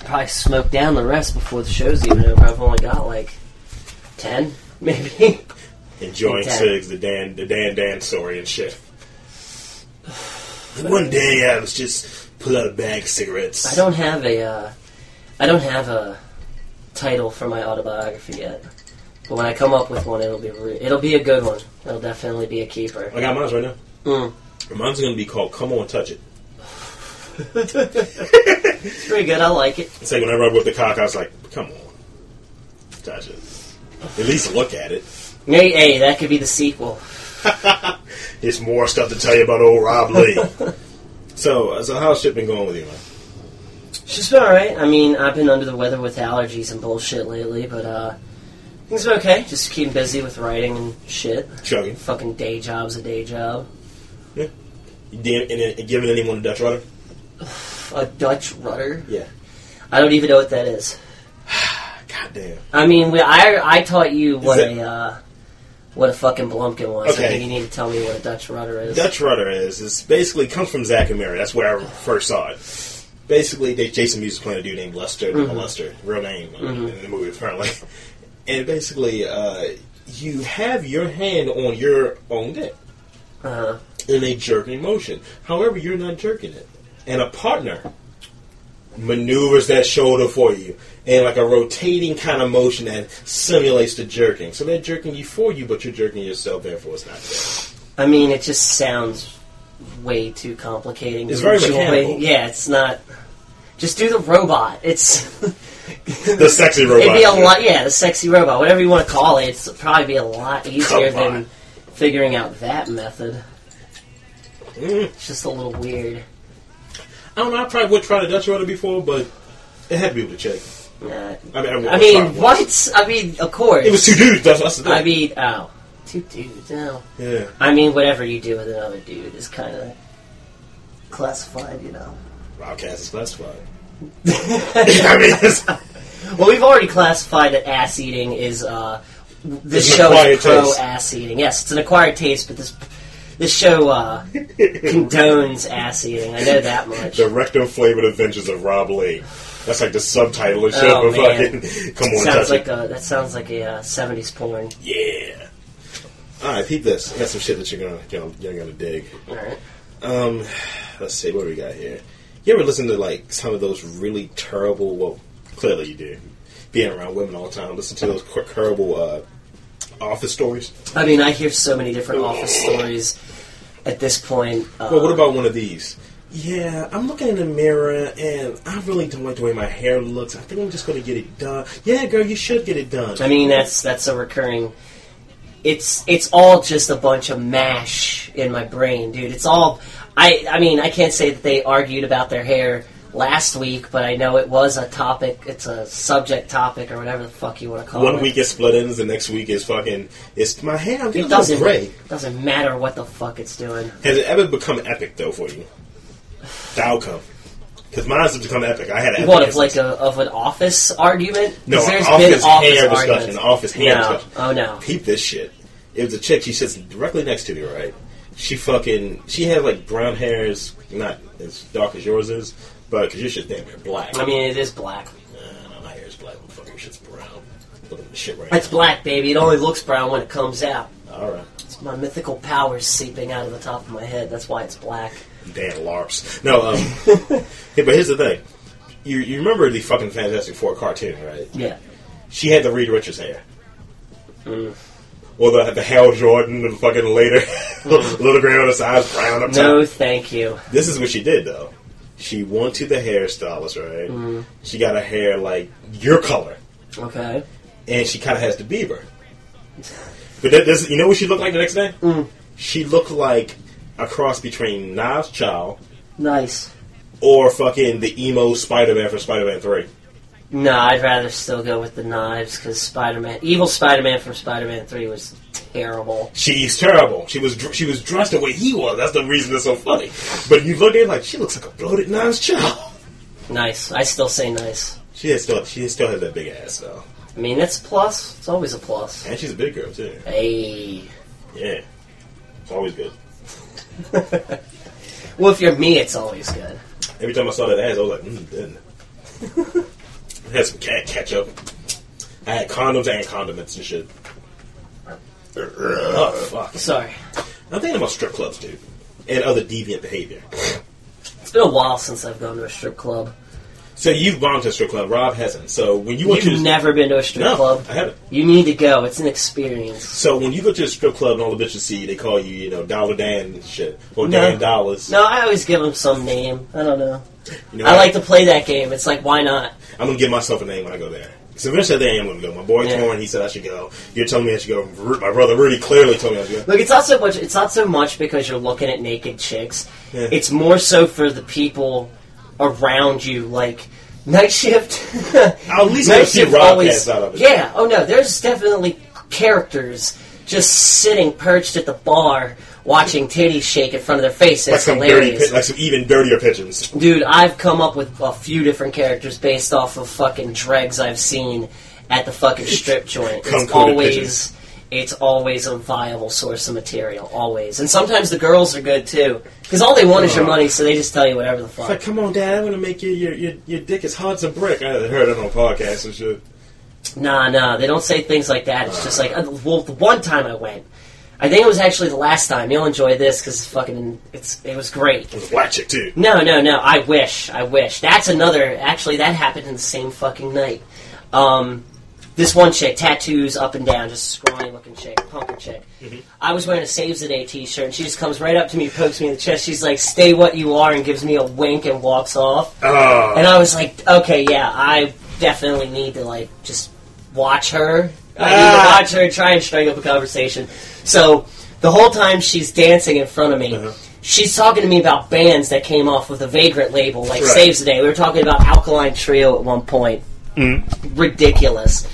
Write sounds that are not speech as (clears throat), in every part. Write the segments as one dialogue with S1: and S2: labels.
S1: probably smoked down the rest before the show's even over. I've only got like ten, (laughs) maybe.
S2: Enjoying
S1: Dad.
S2: Sigs, the Dan, the Dan Dan story and shit. One day I was just pull out a bag of cigarettes.
S1: I don't have a, uh, I don't have a title for my autobiography yet. But when I come up with one, it'll be re- it'll be a good one. It'll definitely be a keeper.
S2: I got mine right now.
S1: Mm.
S2: Mine's gonna be called "Come On, Touch It."
S1: It's pretty good. I like it.
S2: It's like whenever I whipped the cock, I was like, "Come on, touch it. At least look at it."
S1: Hey, hey, that could be the sequel.
S2: There's more stuff to tell you about old
S1: (laughs)
S2: Rob Lee. so, uh, so how's shit been going with you, man?
S1: She's been alright. I mean, I've been under the weather with allergies and bullshit lately, but uh, things are okay. Just keeping busy with writing and shit.
S2: Chugging,
S1: Fucking day job's a day job.
S2: You damn, and, and giving anyone a Dutch rudder?
S1: A Dutch rudder.
S2: Yeah.
S1: I don't even know what that is.
S2: God damn.
S1: I mean, we, I I taught you what
S2: that-
S1: a uh, what a fucking blumpkin was.
S2: Okay.
S1: I think you need to tell me what a Dutch rudder is.
S2: Dutch rudder is is basically comes from Zack and Mary. That's where I first saw it. Basically, they, Jason Mewes is playing a dude named Lester,
S1: Mm-hmm.
S2: Lester, real name uh, in the movie apparently. (laughs) And basically, uh, you have your hand on your own dick
S1: Uh-huh.
S2: in a jerking motion. However, you're not jerking it, and a partner maneuvers that shoulder for you in like a rotating kind of motion that simulates the jerking. So they're jerking you for you, but you're jerking yourself. Therefore, it's not.
S1: (laughs)
S2: There.
S1: I mean, it just sounds way too complicated.
S2: It's very
S1: Usually-
S2: mechanical.
S1: Yeah, it's not. Just do the robot. It's
S2: The sexy robot.
S1: it'd be a lot. Yeah, the sexy robot, whatever you want to call it. It's probably be a lot easier
S2: Come on.
S1: than figuring out that method.
S2: Mm.
S1: It's just a little weird.
S2: I don't know. I probably would try the Dutch rudder before, but it had to be with a chick.
S1: Nah.
S2: I mean, I, would
S1: I
S2: try
S1: mean,
S2: it once.
S1: what? I mean, of course.
S2: It was two dudes. That's, that's the thing.
S1: I mean, oh, two dudes. oh. No.
S2: yeah.
S1: I mean, whatever you do with another dude is kind of classified, you (laughs) know.
S2: Robcast is classified. (laughs) I mean, it's,
S1: Well, we've already classified that ass eating is uh, this
S2: It's an
S1: show
S2: acquired
S1: is pro
S2: taste.
S1: ass eating. Yes, it's an acquired taste, but this this show
S2: (laughs)
S1: uh, condones ass eating. I know that much.
S2: the rectum flavored adventures of Rob Lee. That's like the subtitle of the show.
S1: Oh,
S2: but
S1: man.
S2: fucking, (laughs) come on, touch
S1: sounds like
S2: it.
S1: a, that sounds like a uh, '70s porn.
S2: Yeah. All right, peep this. I got some shit that you're gonna you're gonna, you're gonna dig.
S1: All right.
S2: Um, let's see what do we got here. You ever listen to like some of those really terrible? Well, clearly you do. Being around women all the time, listen to those cor- terrible uh, office stories.
S1: I mean, I hear so many different office stories at this point. Uh,
S2: Well, what about one of these? Yeah, I'm looking in the mirror and I really don't like the way my hair looks. I think I'm just going to get it done. Yeah, girl, you should get it done.
S1: I mean, that's that's a recurring. It's it's all just a bunch of mash in my brain, dude. It's all. I I mean, I can't say that they argued about their hair last week, but I know it was a topic. It's a subject topic or whatever the fuck you want to call it.
S2: one week is split ends, the next week is fucking. It's my hair. I'm
S1: It
S2: getting a little
S1: doesn't
S2: gray.
S1: doesn't matter what the fuck it's doing.
S2: Has it ever become epic though for you? The outcome, because mine's has become epic. I had an epic
S1: What of
S2: instance.
S1: like a, of an office argument? 'Cause
S2: No,
S1: there's
S2: office
S1: been office
S2: hair discussion,
S1: arguments.
S2: office hair
S1: no.
S2: discussion.
S1: Oh no.
S2: peep this shit. It was a chick. She sits directly next to me, right? She fucking. She had like brown hairs, not as dark as yours is, but because your shit damn near black.
S1: I mean, it is black.
S2: Nah, my hair's black. My fucking shit's brown. Look at the shit right
S1: It's black, baby. It only looks brown when it comes out.
S2: now. All right.
S1: It's my mythical powers seeping out of the top of my head. That's why it's black.
S2: Damn LARPs. No, um, yeah, but here's the thing. You, you remember the fucking Fantastic Four cartoon, right?
S1: Yeah.
S2: She had the Reed Richards hair. Or the, the Hal Jordan, the fucking later, (laughs) little gray on the sides, brown up top.
S1: No, thank you.
S2: This is what she did though. She went to the hairstylist, right? She got her hair like your color,
S1: Okay.
S2: and she kind of has the Bieber. But that does you know what she looked like the next day? She looked like a cross between Nas Child
S1: Nice.
S2: or fucking the emo Spider Man from Spider Man Three.
S1: No, I'd rather still go with the knives because Spider-Man, Evil Spider-Man from Spider-Man Three was terrible.
S2: She's terrible. She was dr- she was dressed the way he was. That's the reason it's so funny. But you look at it like she looks like a bloated Nas Child. (laughs)
S1: Nice. I still say nice.
S2: She has still she still has that big ass though,
S1: I mean, that's a plus. It's always a plus.
S2: and she's a big girl too.
S1: Hey.
S2: Yeah, it's always good.
S1: Well, if you're me, it's always good. (laughs)
S2: Every time I saw that ass, I was like, mm, then. had some cat ketchup. I had condoms and condiments and shit. Oh fuck!
S1: Sorry.
S2: I'm thinking about strip clubs, dude, and other deviant behavior.
S1: It's been a while since I've gone to a strip club.
S2: So you've gone to a strip club. Rob hasn't. So when you went to
S1: You've never been to a strip
S2: no,
S1: club.
S2: I haven't.
S1: You need to go. It's an experience.
S2: So when you go to a strip club and all the bitches see you, they call you, you know, Dollar Dan and shit, or Dan Dollars.
S1: No, I always give them some name. I don't know.
S2: You know
S1: I
S2: what?
S1: like to play that game. It's like, why not?
S2: I'm gonna give myself a name when I go there. So eventually, I think I am gonna go. My boy
S1: Yeah.
S2: Torn, he said I should go. You're telling me I should go. Ru- My brother Rudy clearly told me I should go.
S1: Look, it's not so much. It's not so much because you're looking at naked chicks.
S2: Yeah.
S1: It's more so for the people around you, like night shift.
S2: I'll (laughs) at least
S1: night
S2: get a few
S1: shift
S2: Rob
S1: always.
S2: cats out of it.
S1: Yeah. Oh no, there's definitely characters just sitting perched at the bar watching titties shake in front of their face.
S2: Like
S1: It's
S2: some dirty,
S1: hilarious.
S2: pi- like some even dirtier pigeons.
S1: Dude, I've come up with a few different characters based off of fucking dregs I've seen at the fucking strip joint. It's
S2: Cum-coated
S1: always
S2: pigeons.
S1: it's always a viable source of material, always. And sometimes the girls are good too, because all they want is your money, so they just tell you whatever the fuck.
S2: (laughs) Like, come on, Dad, I want to make your your, your your dick as hard as a brick. I heard it on a podcast and shit.
S1: Nah, nah, they don't say things like that. It's just like, uh, well, the one time I went, I think it was actually the last time. You'll enjoy this because fucking, it's it was great.
S2: It was a black chick (laughs) too.
S1: No, no, no. I wish. I wish. That's another. Actually, that happened in the same fucking night. Um, this one chick, tattoos up and down, just scrawny looking chick, punker chick. I was wearing a Saves the Day t shirt, and she just comes right up to me, pokes me in the chest. She's like, Stay what you are, and gives me a wink and walks off.
S2: Oh,
S1: And I was like, Okay, yeah, I definitely need to, like, just watch her. I need to
S2: Ah.
S1: watch her and try and strike up a conversation. So the whole time she's dancing in front of me,
S2: Uh-huh.
S1: she's talking to me about bands that came off with the Vagrant label, like
S2: Right.
S1: Saves the Day. We were talking about Alkaline Trio at one point.
S2: Mm.
S1: Ridiculous.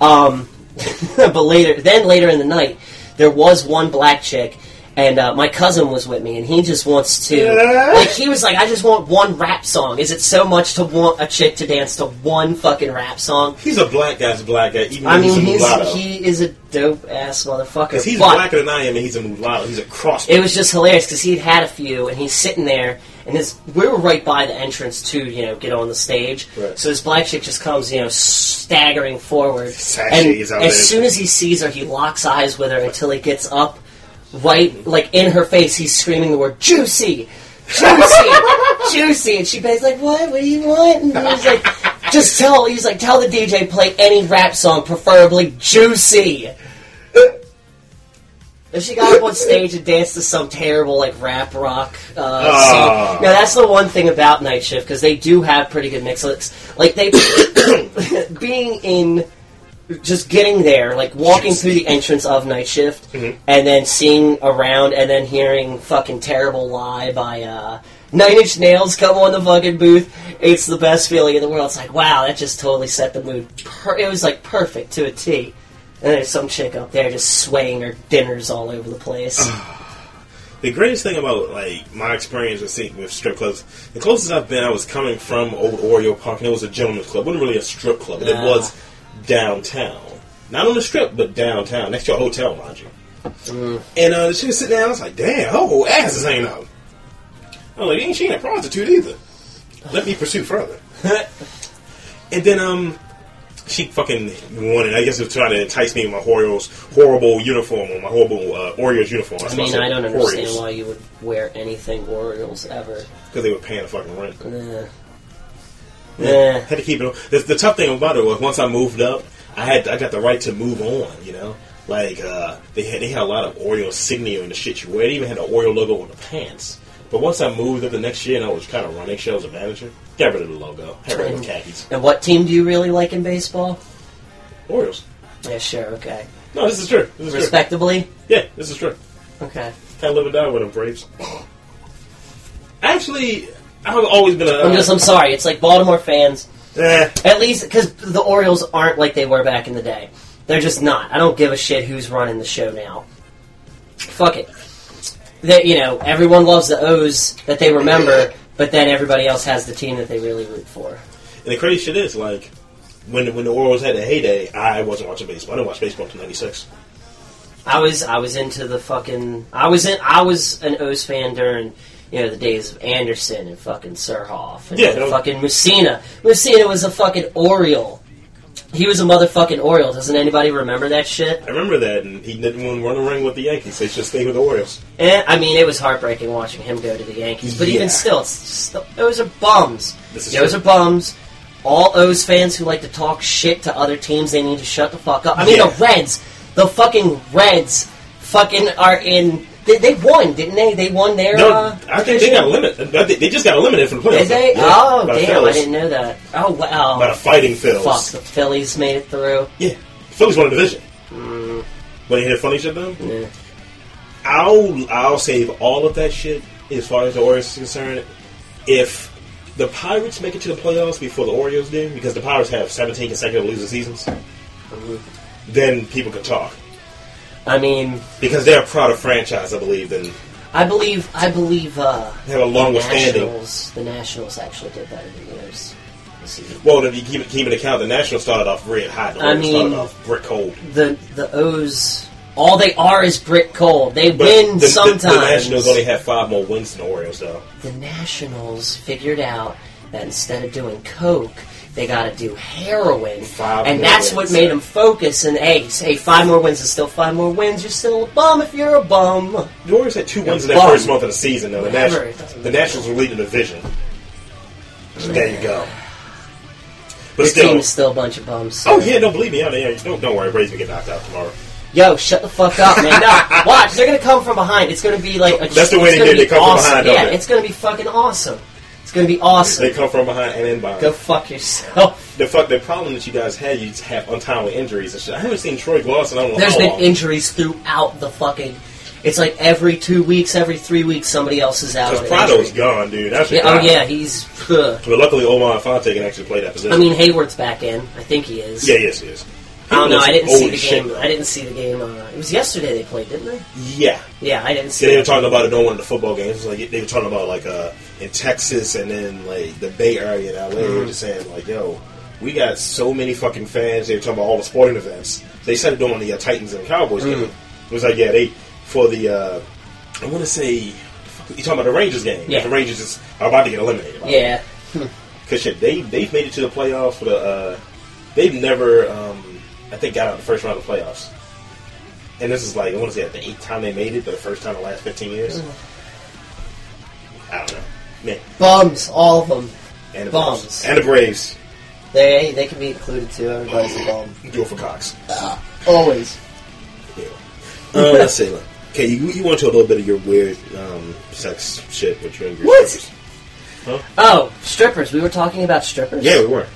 S1: Um, (laughs) but later, then later in the night, there was one black chick. And uh, my cousin was with me, and he just wants to.
S2: Yeah.
S1: Like, he was like, I just want one rap song. Is it so much to want a chick to dance to one fucking rap song?
S2: he's a black guy's a black guy. Even
S1: I
S2: though
S1: mean,
S2: he's a mulatto.
S1: he's, he is a dope ass motherfucker.
S2: Because he's
S1: but
S2: blacker than I am, and he's a mulatto. He's a cross.
S1: it was just hilarious because he'd had a few, and he's sitting there, and his we were right by the entrance to you know get on the stage.
S2: Right.
S1: So this black chick just comes you know staggering forward,
S2: Sashay
S1: and
S2: is
S1: as
S2: out there.
S1: soon as he sees her, he locks eyes with her until he gets up, right like in her face, he's screaming the word juicy, juicy, juicy, and she basically like what? What do you want? And he's like. Just tell. He's like, tell the DJ play any rap song, preferably juicy. And she got up on stage and danced to some terrible like rap rock uh,
S2: Ah.
S1: song. Now that's the one thing about Night Shift because they do have pretty good mix ups. Like they (coughs) being in just getting there, like walking through the entrance of Night Shift, and then seeing around, and then hearing fucking terrible lie by uh, Nine Inch Nails come on the fucking booth. It's the best feeling in the world. It's like wow, that just totally set the mood. Per- it was like perfect to a T. And there's some chick up there just swaying her dinners all over the place.
S2: The greatest thing about like my experience with seeing with strip clubs, the closest I've been, I was coming from Old Oreo Park, and it was a gentleman's club. It wasn't really a strip club, but
S1: Ah.
S2: it was downtown, not on the strip, but downtown, next to a hotel, mind you.
S1: Mm.
S2: And uh, she was sitting down. I was like, "Damn, her whole ass is hanging out." I was like, "Ain't she ain't a prostitute either?" Let me pursue further. (laughs) And then um, she fucking wanted. I guess it was trying to entice me with my Oreo's horrible uniform or my horrible uh, Oreo's uniform.
S1: I mean, I don't understand why you would wear anything Orioles ever.
S2: because they were paying the fucking rent.
S1: Eh. Eh.
S2: Had to keep it. on. The, the tough thing about it was once I moved up, I had I got the right to move on. You know, like uh, they had they had a lot of Oreo insignia and the shit you wear. They even had an Oreo logo on the pants. But once I moved up the next year and I was kind of running shows as a manager, got rid of the logo. Had rid of khakis.
S1: And what team do you really like in baseball?
S2: Orioles.
S1: Yeah, sure, okay.
S2: No, this is true. This
S1: (laughs)
S2: is
S1: Respectably?
S2: true. Yeah, this is true.
S1: Okay.
S2: Can't live and die with them, Braves. Actually, I've always been a. uh,
S1: I'm just, I'm sorry. It's like Baltimore fans,
S2: Eh,
S1: at least because the Orioles aren't like they were back in the day. They're just not. I don't give a shit who's running the show now. Fuck it. That you know, everyone loves the O's that they remember, but then everybody else has the team that they really root for.
S2: And the crazy shit is, like, when when the Orioles had a heyday, I wasn't watching baseball. I didn't watch baseball until '96.
S1: I was I was into the fucking I was in I was an O's fan during you know the days of Anderson and fucking Surhoff and
S2: Yeah, that was-
S1: fucking Messina. Messina was a fucking Oriole. He was a motherfucking Oriole. Doesn't anybody remember that shit?
S2: I remember that, and he didn't want to run the ring with the Yankees. They just stayed with the Orioles.
S1: Eh, I mean, it was heartbreaking watching him go to the Yankees. But
S2: Yeah.
S1: even still, it's still, those are bums.
S2: This is
S1: Those
S2: true.
S1: are bums. All O's fans who like to talk shit to other teams, they need to shut the fuck up. I mean,
S2: Yeah.
S1: the Reds, the fucking Reds, fucking are in. They, they won, didn't they? They won their.
S2: No,
S1: uh,
S2: I think they
S1: division?
S2: got limited. I think They just got eliminated from the playoffs.
S1: Did they?
S2: Yeah,
S1: oh,
S2: by the
S1: damn! I
S2: Phillies.
S1: didn't know that. Oh wow!
S2: By the fighting Phils.
S1: Fuck, the Phillies made it through.
S2: Yeah, Phillies won the division.
S1: Mm.
S2: But you hear funny shit though.
S1: Yeah.
S2: I'll I'll save all of that shit as far as the Orioles is concerned. If the Pirates make it to the playoffs before the Orioles do, because the Pirates have 17 consecutive losing seasons, then people can talk
S1: I mean,
S2: because they're a prouder franchise, I believe, than
S1: I believe, I believe. uh
S2: they have a longer standing.
S1: Nationals, the Nationals actually did better than yours. This year.
S2: Well, if you keep keep into account, the Nationals started off red hot. The
S1: I
S2: Orioles started
S1: mean-
S2: off brick cold.
S1: The the O's, all they are is brick cold. They
S2: But
S1: win
S2: the, the-
S1: sometimes.
S2: the Nationals only have five more wins than the Orioles, though.
S1: The Nationals figured out that instead of doing coke, they got to do heroin,
S2: Five
S1: and
S2: more
S1: that's
S2: wins.
S1: what made them focus. And hey, hey, five more wins is still five more wins. You're still a bum if you're a bum.
S2: The Orioles had two wins in
S1: bum.
S2: that first month of the season, though. The,
S1: Whatever,
S2: Nation-
S1: it doesn't
S2: the
S1: matter.
S2: Nationals were leading the division. There you go. But
S1: Your team
S2: still.
S1: is still a bunch of bums.
S2: Oh, yeah, don't believe me. Yeah, yeah, don't, don't worry. Braves will get knocked out tomorrow.
S1: Yo, shut the fuck up, man.
S2: (laughs)
S1: No, watch. They're gonna come from behind. It's gonna be like a,
S2: That's the way
S1: it's
S2: they
S1: gonna
S2: did. They
S1: be
S2: come from
S1: awesome.
S2: behind, don't
S1: Yeah,
S2: they?
S1: it's gonna be fucking awesome. It's gonna be
S2: They
S1: awesome.
S2: come from behind and in behind.
S1: Go fuck
S2: (laughs)
S1: yourself.
S2: The, fuck, the problem that you guys had, you just have untimely injuries and shit. I haven't seen Troy Gloss in I don't know
S1: There's
S2: how
S1: been
S2: long.
S1: injuries throughout the fucking. It's like every two weeks, every three weeks, somebody else is out. on
S2: Because
S1: an
S2: Prado's
S1: injury.
S2: gone, dude. That's
S1: Yeah,
S2: a
S1: oh
S2: problem.
S1: yeah, he's. ugh.
S2: But luckily, Omar Fonte can actually play that position.
S1: I mean, Hayward's back in. I think he is.
S2: yeah, yes, yes.
S1: I don't know. I didn't see the
S2: Shit,
S1: game.
S2: though.
S1: I didn't see the game. Uh, it was yesterday they played, didn't they?
S2: yeah.
S1: Yeah, I didn't see.
S2: Yeah, they
S1: it.
S2: were talking about it on one of the football games. Like they were talking about like uh, in Texas and then like the Bay Area and LA.
S1: Mm-hmm.
S2: They were just saying like, "Yo, we got so many fucking fans." They were talking about all the sporting events. They said it during the uh, Titans and Cowboys
S1: Mm.
S2: game. It was like, yeah, they for the uh, I want to say fuck, you talking about the Rangers game.
S1: Yeah.
S2: the Rangers is are about to get eliminated.
S1: Yeah,
S2: because shit, they they've made it to the playoffs for the uh, they've never um, I think got out the first round of the playoffs. And this is like I want to say like, the eighth time they made it, but the first time in the last fifteen years.
S1: Mm-hmm.
S2: I don't know, man.
S1: bums, all of them.
S2: And the
S1: Bums.
S2: Braves. and the Braves
S1: They they can be included too. Everybody's a bum.
S2: do it for Cox.
S1: Always.
S2: Yeah.
S1: (laughs)
S2: Um, let's see. Look. Okay, you, you went to a little bit of your weird um, sex shit with your, your
S1: What?
S2: strippers.
S1: Oh, strippers. We were talking about strippers.
S2: Yeah, we were.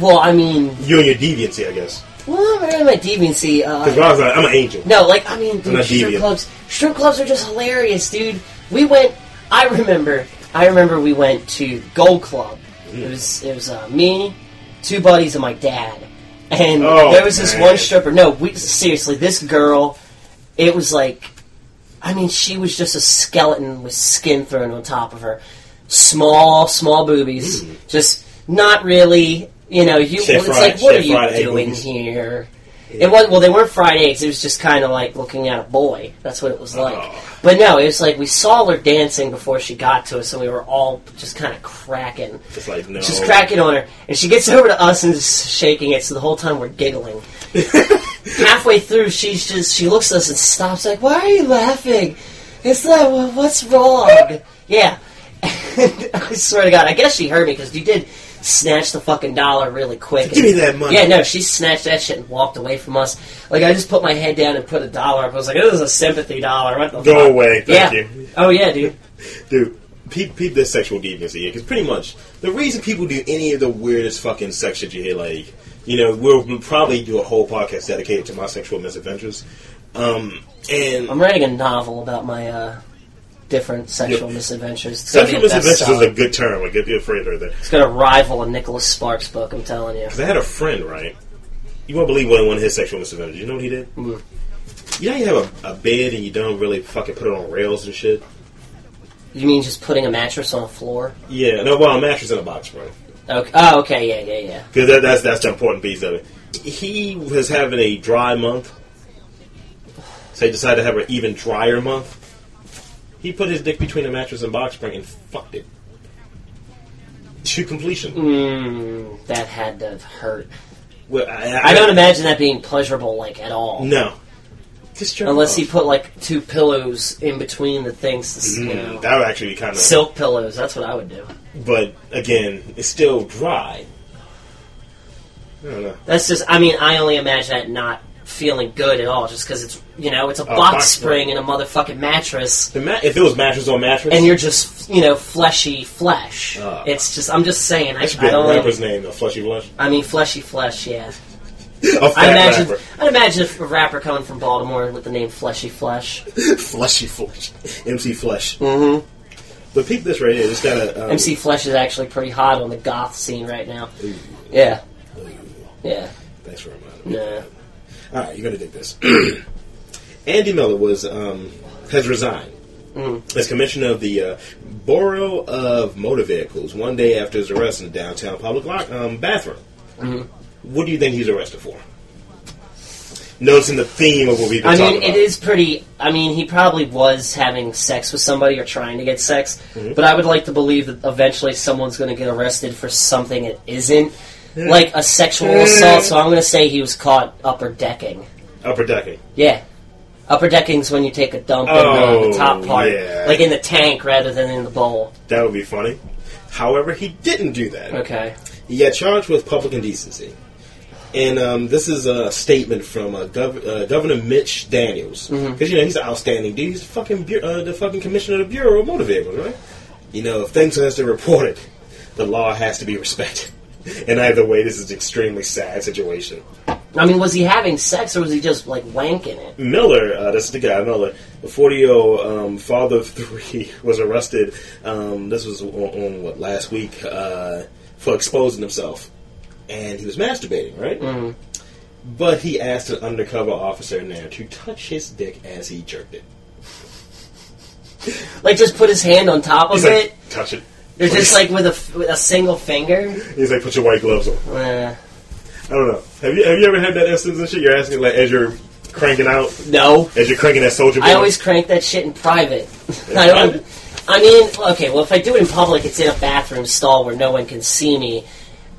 S1: Well, I mean,
S2: You and your deviancy, I guess.
S1: well, I'm in my deviancy.
S2: Because
S1: Uh,
S2: Ron's like, I'm an angel.
S1: no, like I mean,
S2: I'm
S1: dude,
S2: not
S1: strip
S2: deviant.
S1: clubs. Strip clubs are just hilarious, dude. We went. I remember. I remember we went to Gold Club. It was it was uh, me, two buddies, and my dad. And
S2: Oh,
S1: there was this
S2: man.
S1: one stripper. No, we seriously, this girl. It was like I mean, she was just a skeleton with skin thrown on top of her. Small, small boobies. Just not really, you know, you,
S2: She had
S1: it's
S2: Mm. fried-
S1: like, what
S2: she
S1: are
S2: had fried
S1: you
S2: egg
S1: doing
S2: boobies.
S1: here? It was well. They weren't fried eggs. It was just kind of like looking at a boy. That's what it was like.
S2: Oh.
S1: But no, it was like we saw her dancing before she got to us, and we were all just kind of cracking.
S2: It's like no.
S1: She's cracking on her, and she gets (laughs) over to us and is shaking it. So the whole time we're
S2: (laughs)
S1: giggling. Halfway through, she's just she looks at us and stops. Like, why are you laughing? It's like, "Well, what's wrong? yeah, (laughs) and I swear to God, I guess she heard me because you did snatch the fucking dollar really quick.
S2: Give me that money.
S1: Yeah, no, she snatched that shit and walked away from us. Like I just put my head down and put a dollar up. I was like, this is a sympathy dollar. What the
S2: Go
S1: fuck?
S2: away. Thank
S1: yeah.
S2: you.
S1: Oh yeah, dude.
S2: Dude, peep, peep this sexual deviancy here, because pretty much the reason people do any of the weirdest fucking sex shit you hear, like, you know, we'll, we'll probably do a whole podcast dedicated to my sexual misadventures. Um, and
S1: I'm writing a novel about my uh, different sexual
S2: Yeah.
S1: misadventures. It's gonna be
S2: sexual
S1: a
S2: misadventures is
S1: bestseller.
S2: a good term, like, good, good phrase right there.
S1: It's gonna rival a Nicholas Sparks book. I'm telling you.
S2: 'Cause I had a friend, right? You won't believe what one of his sexual misadventures. You know what he did?
S1: Mm.
S2: You know, how you have a, a bed and you don't really fucking put it on rails and shit.
S1: You mean just putting a mattress on a floor?
S2: Yeah, no, well, a mattress in a box, right?
S1: Okay. Oh, okay. Yeah, yeah, yeah.
S2: Because that, that's that's the important piece of it. He was having a dry month, so he decided to have an even drier month. He put his dick between a mattress and box spring and fucked it to completion.
S1: Mm, that had to have hurt.
S2: Well, I, I-
S1: I don't imagine that being pleasurable, like at all.
S2: No. Just jerk
S1: Unless he
S2: off.
S1: put like two pillows in between the things, to, s- you
S2: Mm,
S1: know,
S2: that would actually be kind of.
S1: silk pillows. That's what I would do.
S2: but again, it's still dry. I don't know.
S1: That's just. I mean, I only imagine that not feeling good at all, just because it's you know it's a box,
S2: Oh, box
S1: spring
S2: spring.
S1: and a motherfucking mattress,
S2: The ma- if it was mattress on mattress,
S1: and you're just you know fleshy flesh.
S2: Ah.
S1: it's just. I'm just saying. I,
S2: that should be
S1: I
S2: a
S1: don't.
S2: rapper's name, a fleshy blush.
S1: I mean, fleshy flesh. Yeah.
S2: A fat
S1: I imagine.
S2: rapper.
S1: I'd imagine if a rapper coming from Baltimore with the name Fleshy Flesh.
S2: fleshy flesh, MC Flesh.
S1: Mm-hmm.
S2: But peep this right here. It's got a um,
S1: MC Flesh is actually pretty hot on the goth scene right now. Yeah. Yeah.
S2: Thanks for reminding me.
S1: Yeah.
S2: All right, you're gonna dig this. (clears throat) Andy Miller was um, has resigned
S1: Mm-hmm.
S2: as commissioner of the uh, Borough of Motor Vehicles one day after his arrest in the downtown public lock, um, bathroom.
S1: Mm-hmm.
S2: What do you think he's arrested for? Noticing the theme of what we've been
S1: I
S2: talking
S1: mean, it
S2: about.
S1: is pretty. I mean, he probably was having sex with somebody or trying to get sex,
S2: Mm-hmm.
S1: but I would like to believe that eventually someone's going to get arrested for something it isn't, like a sexual assault. So I'm going to say he was caught upper decking.
S2: upper decking.
S1: Yeah. Upper decking's when you take a dump in the,
S2: Oh,
S1: the top part,
S2: yeah.
S1: like in the tank rather than in the bowl.
S2: That would be funny. However, he didn't do that.
S1: Okay.
S2: He got charged with public indecency. And um, this is a statement from uh, Gov- uh, Governor Mitch Daniels. Because, you know, he's an outstanding dude. He's the fucking, bu- uh, the fucking commissioner of the Bureau of Motor Vehicles, right? You know, if things has to be reported, the law has to be respected. (laughs) And either way, this is an extremely sad situation.
S1: I mean, was he having sex or was he just like wanking it?
S2: Miller, uh, that's the guy, Miller, the 40 year old um, father of three, (laughs) was arrested. Um, this was on, on what, last week, uh, for exposing himself. And he was masturbating, right? Mm.
S1: Mm-hmm.
S2: But he asked an undercover officer in there to touch his dick as he jerked it.
S1: Like, just put his hand on top of
S2: He's
S1: it?
S2: like, touch it.
S1: They're just like
S2: please."
S1: with a, f- with a single
S2: (laughs)
S1: finger?
S2: he's like, put your white gloves on.
S1: Uh,
S2: I don't know. Have you have you ever had that instance and shit? You're asking like as you're cranking out,
S1: no.
S2: as you're cranking that soldier.
S1: I
S2: Boy?
S1: always crank that shit in private. (laughs)
S2: In
S1: I don't.
S2: private?
S1: I mean, okay, well, if I do it in public, it's in a bathroom stall where no one can see me.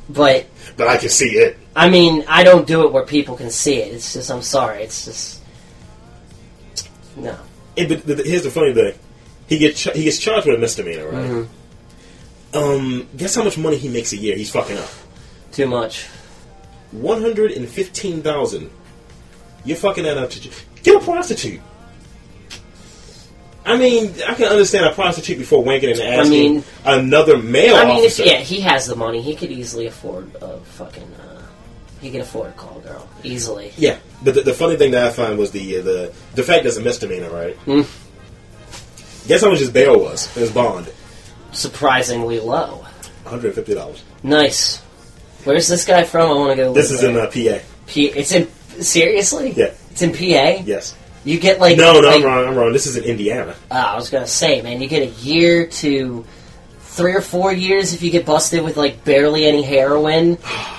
S1: But,
S2: but I can see it.
S1: I mean, I don't do it where people can see it. It's just, I'm sorry. It's just. No.
S2: It, but the, the- here's the funny thing: he gets ch- he gets charged with a misdemeanor, right?
S1: Mm-hmm.
S2: Um, guess how much money he makes a year? He's fucking up
S1: Too much.
S2: one hundred and fifteen thousand. You're fucking that up to ju- get a prostitute. I mean, I can understand a prostitute before wanking and asking
S1: mean-
S2: another male
S1: I mean, if,
S2: officer.
S1: yeah, he has the money. He could easily afford a fucking. Uh, he could afford a call girl easily.
S2: Yeah, but the, the funny thing that I find was the uh, the the fact that it's a misdemeanor, right?
S1: Hmm.
S2: Guess how much his bail was? His bond,
S1: Surprisingly low.
S2: one hundred and fifty dollars.
S1: Nice. Where's this guy from? I want to go.
S2: This
S1: live
S2: is in
S1: there.
S2: uh, PA.
S1: P- it's in seriously.
S2: Yeah.
S1: It's in PA.
S2: Yes.
S1: You get (laughs) like
S2: No, no,
S1: like,
S2: I'm wrong. I'm wrong. This is in Indiana.
S1: ah, I was gonna say, man, you get a year to three or four years if you get busted with like barely any
S2: (sighs)
S1: heroin,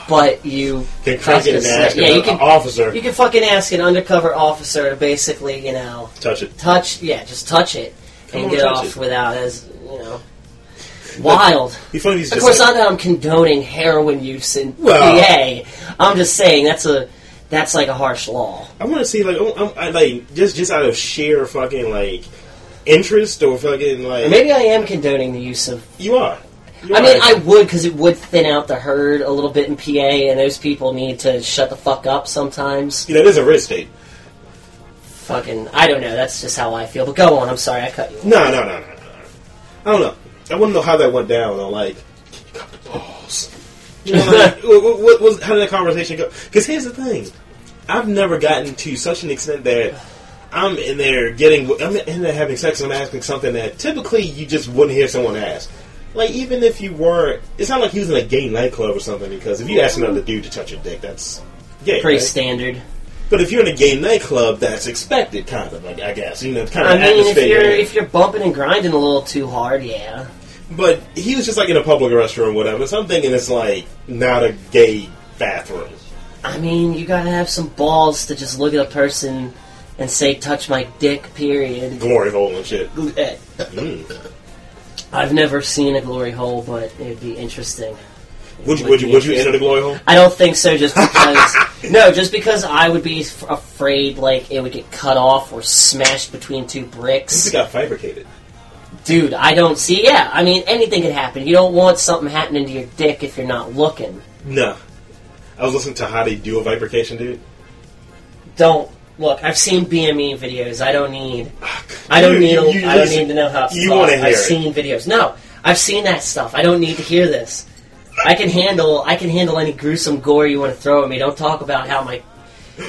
S1: but you
S2: Can crack it and
S1: practice-
S2: ask
S1: Yeah, you
S2: an
S1: can.
S2: officer
S1: You can fucking ask an undercover officer to basically, you know.
S2: touch it.
S1: touch yeah just touch it
S2: Come
S1: and
S2: on,
S1: get
S2: touch
S1: off
S2: it.
S1: without as you know wild
S2: Be funny. if He's
S1: of
S2: just
S1: course not
S2: like,
S1: that i'm condoning heroin use in
S2: Well-
S1: pa i'm just saying that's a that's like a harsh law
S2: I want to see like oh, I'm, I like just just out of sheer fucking like interest or fucking like
S1: maybe i am condoning the use of
S2: you are. You
S1: i mean
S2: are.
S1: i would because it would thin out the herd a little bit in pa and those people need to shut the fuck up sometimes
S2: you know there's a red state.
S1: fucking i don't know that's just how i feel but go on i'm sorry i cut you
S2: No, no, no, no, no. I don't know. I want to know how that went down. Or like, can you cut the balls? You know, like, (laughs) what, what, what was how did that conversation go? Because here's the thing, I've never gotten to such an extent that I'm in there getting, I'm in there having sex, and I'm asking something that typically you just wouldn't hear someone ask. Like even if you weren't, it's not like he was in a gay nightclub or something. Because if you ask another dude to touch your dick, that's gay.
S1: pretty
S2: right?
S1: standard
S2: But if you're in a gay nightclub, that's expected, kind of. Like, I guess you know, it's kind of
S1: i mean if
S2: atmosphere.
S1: you're if you're bumping and grinding a little too hard yeah
S2: But he was just like in a public restroom, or whatever. So I'm thinking it's like not a gay bathroom.
S1: I mean, you gotta have some balls to just look at a person and say, touch my dick, period.
S2: Glory hole and shit.
S1: Eh,
S2: Mm.
S1: I've never seen a glory hole, but it'd be interesting.
S2: Would you
S1: Would
S2: would you
S1: be
S2: would you enter the glory hole?
S1: I don't think so, just because.
S2: (laughs)
S1: no, just because I would be f- afraid like it would get cut off or smashed between two
S2: This (laughs)
S1: bricks.
S2: got fabricated.
S1: Dude, I don't see. Yeah, I mean anything could happen. You don't want something happening to your dick if you're not looking.
S2: No. I was listening to how they do a fabrication, dude.
S1: Don't look. I've seen BME videos. I don't need. I don't
S2: You-
S1: need.
S2: you- you
S1: I don't
S2: listen-
S1: need to know how. it's
S2: you
S1: taught.
S2: wanna hear
S1: I've
S2: it.
S1: seen videos. No, I've seen that stuff. I don't need to hear this. I can handle. I can handle any gruesome gore you want to throw at me. Don't talk about how my.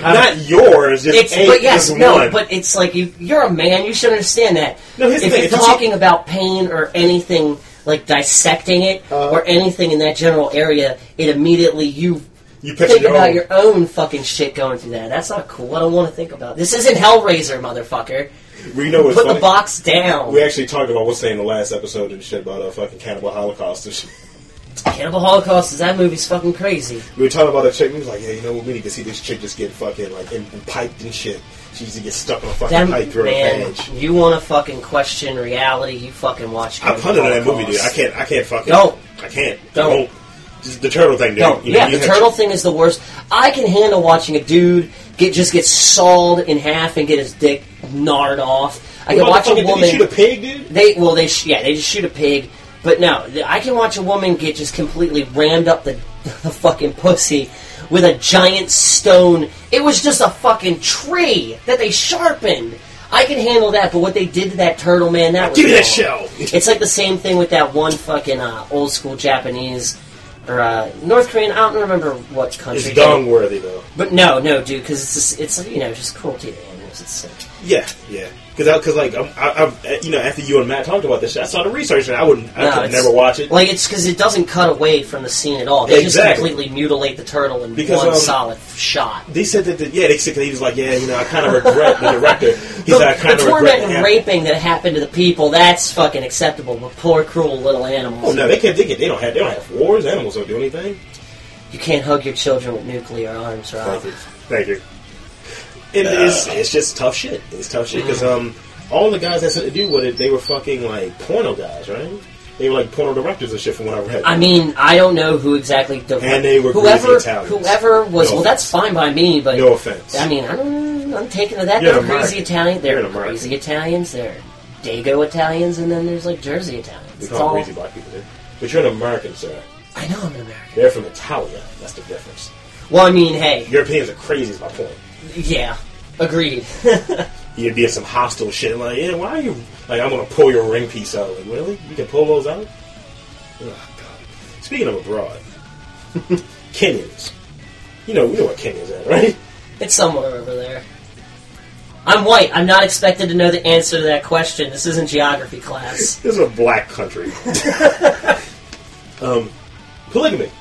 S1: How
S2: Not yours. Just
S1: It's,
S2: eight,
S1: but yes,
S2: just
S1: no,
S2: one.
S1: but it's like you, you're a man. You should understand that.
S2: No, here's
S1: if
S2: the thing,
S1: you're
S2: if you see-
S1: talking about pain or anything like dissecting it
S2: Uh-huh.
S1: or anything in that general area, it immediately you
S2: you picture
S1: think
S2: your
S1: about
S2: own.
S1: your own fucking shit going through that. That's not cool. I don't want to think about this. Isn't Hellraiser, motherfucker?
S2: Well, you know what's
S1: Put
S2: funny?
S1: the box down.
S2: We actually talked about what's saying in the last episode and shit about a fucking cannibal holocaust and shit.
S1: Cannibal Holocaust is that movie's fucking crazy.
S2: We were talking about a chick. We was like, yeah, you know what? We need to see this chick just get fucking like in, in piped and shit. She used to get stuck on a fucking
S1: That
S2: pipe through a
S1: man,
S2: page.
S1: you want to fucking question reality? You fucking watch.
S2: I
S1: Cannibal
S2: punted on that movie, dude.
S1: Holocaust.
S2: I can't. I can't fucking.
S1: Don't.
S2: I can't.
S1: Don't.
S2: Don't. Just the turtle thing, dude.
S1: No,
S2: You know,
S1: yeah,
S2: you
S1: the
S2: have-
S1: turtle thing is the worst. I can handle watching a dude get just get sawed in half and get his dick gnarred off. I can
S2: Motherfucker,
S1: watch a
S2: did he
S1: woman.
S2: shoot a pig, dude?
S1: They well, they sh- yeah, they just shoot a pig. But no, th- I can watch a woman get just completely rammed up the, (laughs) the fucking pussy with a giant stone. It was just a fucking tree that they sharpened. I can handle that, but what they did to that turtle man, that was
S2: Give me that
S1: wrong.
S2: shell. (laughs)
S1: It's like the same thing with that one fucking uh, old school Japanese or uh, North Korean. I don't remember what country.
S2: It's dong worthy though.
S1: But no, no, dude, because it's just, it's you know just cruelty to animals. It's sick.
S2: Yeah, yeah. Because because like I'm, I, I, you know, after you and Matt talked about this, shit, I saw the research and I wouldn't. I
S1: No,
S2: could
S1: it's-
S2: never watch it.
S1: Like it's because it doesn't cut away from the scene at all. They just
S2: Exactly.
S1: completely mutilate the turtle in
S2: Because,
S1: one
S2: um,
S1: solid shot.
S2: They said that, the, yeah, they said he was like, yeah, you know, I kind of regret the director. He
S1: The,
S2: said, I kind
S1: the
S2: of
S1: torment
S2: regret
S1: and
S2: happened."
S1: raping that happened to the people—that's fucking acceptable. But poor, cruel little animals.
S2: Oh no, they can't. They, can, they don't have. They don't have wars. Animals don't do anything.
S1: You can't hug your children with nuclear arms, Rob.
S2: Thank you. And it's it's just tough shit. It's tough shit because um, all the guys that had to do with it, they were fucking like porno guys, right? They were like porno directors and shit from what I read.
S1: I mean, I don't know who exactly. The,
S2: And they were
S1: whoever,
S2: greasy Italians.
S1: whoever was.
S2: No
S1: well, that's fine by me, but
S2: no offense.
S1: I mean, I don't. I'm taking to that.
S2: You're
S1: They're
S2: an American.
S1: crazy Italian.
S2: You're
S1: They're
S2: an American.
S1: crazy Italians. They're Dago Italians, and then there's like Jersey Italians.
S2: we
S1: It's
S2: call them
S1: all.
S2: crazy black people, dude. but you're an American, sir.
S1: I know I'm an American.
S2: They're from Italia. That's the difference.
S1: Well, I mean, hey,
S2: Europeans are crazy. Is my point.
S1: yeah, agreed. (laughs)
S2: You'd be in some hostile shit like, yeah, why are you like I'm gonna pull your ring piece out? Like, really? You can pull those out? Oh god. Speaking of abroad, (laughs) Kenyans. You know, you know what Kenyans are, right?
S1: it's somewhere over there. I'm white. I'm not expected to know the answer to that question. This isn't geography class.
S2: This is a black country. um, polygamy.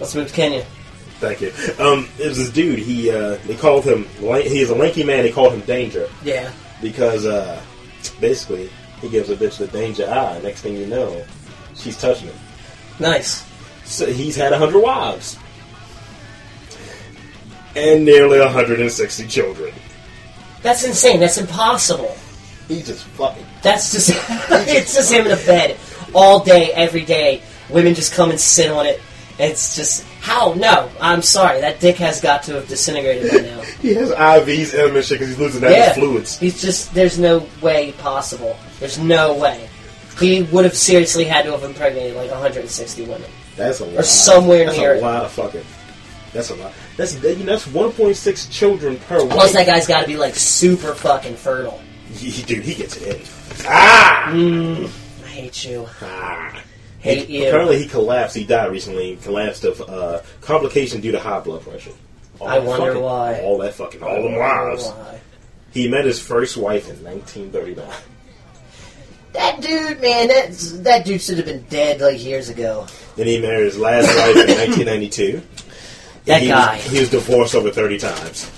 S1: Let's move to Kenya.
S2: Thank you. Um, it was this dude. He uh, they called him. lan- He is a lanky man. They called him Danger
S1: Yeah.
S2: because uh, basically he gives a bitch the danger eye. Next thing you know, she's touching him.
S1: Nice.
S2: So he's had 100 wives. And nearly 160 children.
S1: That's insane. That's impossible.
S2: He just fucking.
S1: That's just (laughs) it's just him in a bed all day, every day. Women just come and sit on it. It's just how? No, I'm sorry. That dick has got to have disintegrated by now.
S2: He has IVs in him and shit because he's losing out
S1: yeah,
S2: his fluids.
S1: He's just there's no way possible. There's no way. He would have seriously had to have impregnated like 160 women.
S2: That's a lot.
S1: somewhere
S2: that's
S1: near
S2: a
S1: it.
S2: lot of fucking. That's a lot. That's that- you know, that's 1.6 children per woman.
S1: Plus, that guy's got to be like super fucking fertile.
S2: He, he- dude, he gets it in. Ah!
S1: I hate you.
S2: Ah.
S1: Hate
S2: He-
S1: you.
S2: Apparently, he collapsed. He died recently. He collapsed of uh, complication due to high blood pressure. All
S1: I
S2: that
S1: wonder
S2: fucking-
S1: why.
S2: All that fucking. All them wives. He met his first wife in 1939.
S1: That dude, man, that that dude should have been dead like years ago.
S2: Then he married his last wife in
S1: (coughs)
S2: 1992.
S1: That
S2: he
S1: guy.
S2: Was, he was divorced over 30 times.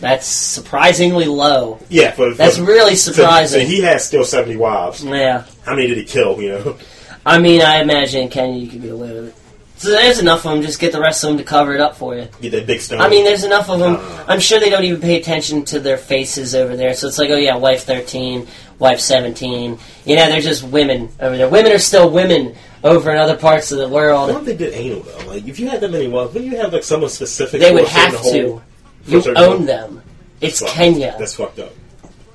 S1: That's surprisingly low.
S2: Yeah, for, for-
S1: That's really
S2: so-
S1: surprising.
S2: So, he has still 70 wives.
S1: Yeah.
S2: How many did he kill? You know, (laughs)
S1: I mean, I imagine in Kenya you could get away with it. So there's enough of them. Just get the rest of them to cover it up for you.
S2: Get that big stone.
S1: I mean, there's enough of them.
S2: Uh.
S1: I'm sure they don't even pay attention to their faces over there. So it's like, oh yeah, wife 13, wife 17. You know, they're just women over there. Women are still women over in other parts of the
S2: I
S1: world.
S2: don't think they did anal though. Like if you had that many wives, wouldn't you have like someone specific?
S1: They
S2: for a
S1: would
S2: certain
S1: have
S2: hole?
S1: to.
S2: For a
S1: You
S2: certain hole?
S1: own them. It's
S2: Fuck.
S1: Kenya.
S2: That's fucked up.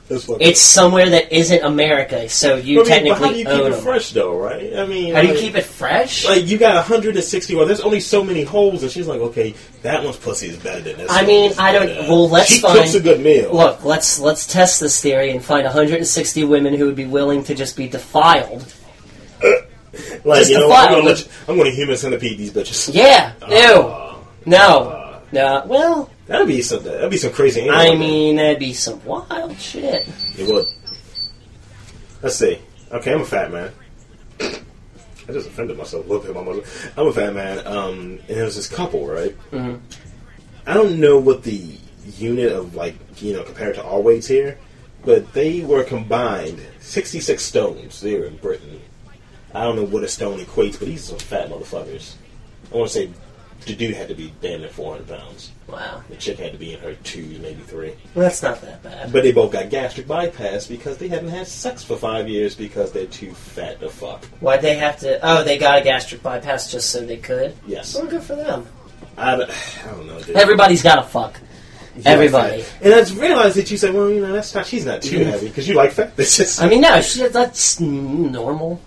S2: That's fucked
S1: It's somewhere that isn't America, so
S2: up.
S1: you
S2: I mean, but how do
S1: technically
S2: you
S1: own
S2: keep it
S1: them.
S2: fresh though, right? I mean,
S1: How do you
S2: like-
S1: keep it fresh?
S2: Like you got 160 well, there's only so many holes, and she's like, okay, that one's pussy is better than this.
S1: I
S2: one.
S1: mean,
S2: It's
S1: I don't.
S2: better.
S1: Well, let's
S2: she
S1: find.
S2: cooks a good meal.
S1: Look, let's let's test this theory and find 160 women who would be willing to just be defiled.
S2: like
S1: just
S2: you
S1: the
S2: know,
S1: file,
S2: what, I'm gonna,
S1: but-
S2: let you, I'm gonna human centipede these bitches.
S1: Yeah.
S2: Uh,
S1: Ew. No. No. Well,
S2: that'd be some. That'd be some crazy. animal.
S1: I mean, that'd be some wild shit.
S2: it would. Let's see. Okay, I'm a fat man. I just offended myself a little bit. by myself. I'm a fat man. Um, and there was this couple, right?
S1: Mhm.
S2: I don't know what the unit of like you know compared to our weights here, but they were combined 66 stones there in Britain. I don't know what a stone equates, but these are some fat motherfuckers. I want to say the dude had to be damn near 400 pounds.
S1: Wow.
S2: The chick had to be in her twos, maybe three.
S1: Well, that's not that bad.
S2: But they both got gastric bypass because they haven't had sex for five years because they're too fat to fuck.
S1: Why'd they have to? Oh, they got a gastric bypass just so they could.
S2: Yes.
S1: Well, good for them.
S2: I, d- I don't know. Dude.
S1: Everybody's got to fuck.
S2: You like
S1: everybody.
S2: fat. And I just realized that you said, well, you know, that's not, she's not too
S1: Mhm.
S2: heavy because you like fat bitches.
S1: I mean, no, shit, that's normal.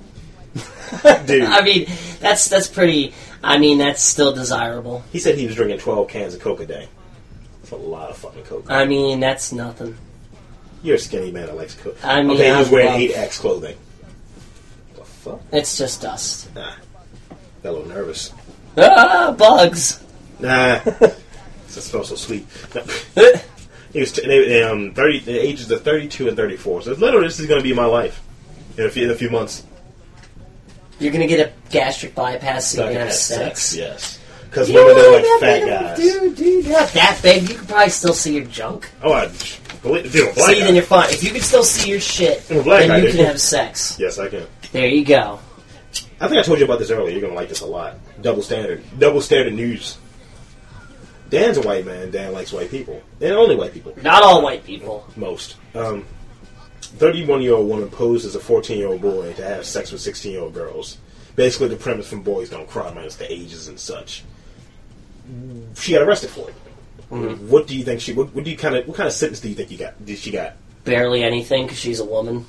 S2: Dude.
S1: (laughs) I mean, that's that's pretty. I mean, that's still desirable.
S2: (laughs) he said he was drinking 12 cans of Coke a day. That's a lot of fucking Coke.
S1: I mean, that's nothing.
S2: You're a skinny man that likes Coke.
S1: I mean,
S2: okay, he was
S1: I
S2: wearing
S1: love-
S2: 8X clothing. The fuck?
S1: It's just dust.
S2: Nah. Got a little nervous.
S1: Ah, bugs. (laughs)
S2: Nah. It smells so sweet.
S1: Eh.
S2: He was t- they, um, 30, the ages of 32 and 34. So literally, this is going to be my life in a few, in a few months.
S1: You're gonna get a gastric bypass so
S2: So
S1: you
S2: I
S1: can
S2: can
S1: have sex.
S2: Yes. Because
S1: You're
S2: women are
S1: not
S2: like
S1: that
S2: fat
S1: big of a
S2: guys.
S1: Dude, dude, you're not that big. You can probably still see your junk.
S2: Oh, I, believe, dude, I'm
S1: see,
S2: black.
S1: then you're fine. If you can still see your shit,
S2: I'm a black guy,
S1: then you
S2: dude.
S1: can have sex.
S2: (laughs) yes, I can.
S1: There you go.
S2: I think I told you about this earlier. You're going to like this a lot. Double standard. Double standard news. Dan's a white man. Dan likes white people. And only white people.
S1: Not all white people.
S2: Most. Um, 31 year old woman posed as a 14 year old boy to have sex with 16 year old girls. Basically, the premise from Boys Don't Cry minus the ages and such. She got arrested for it. What do you think she? What, what do you kind of? What kind of sentence do you think you got? Did she got?
S1: Barely anything because she's a woman.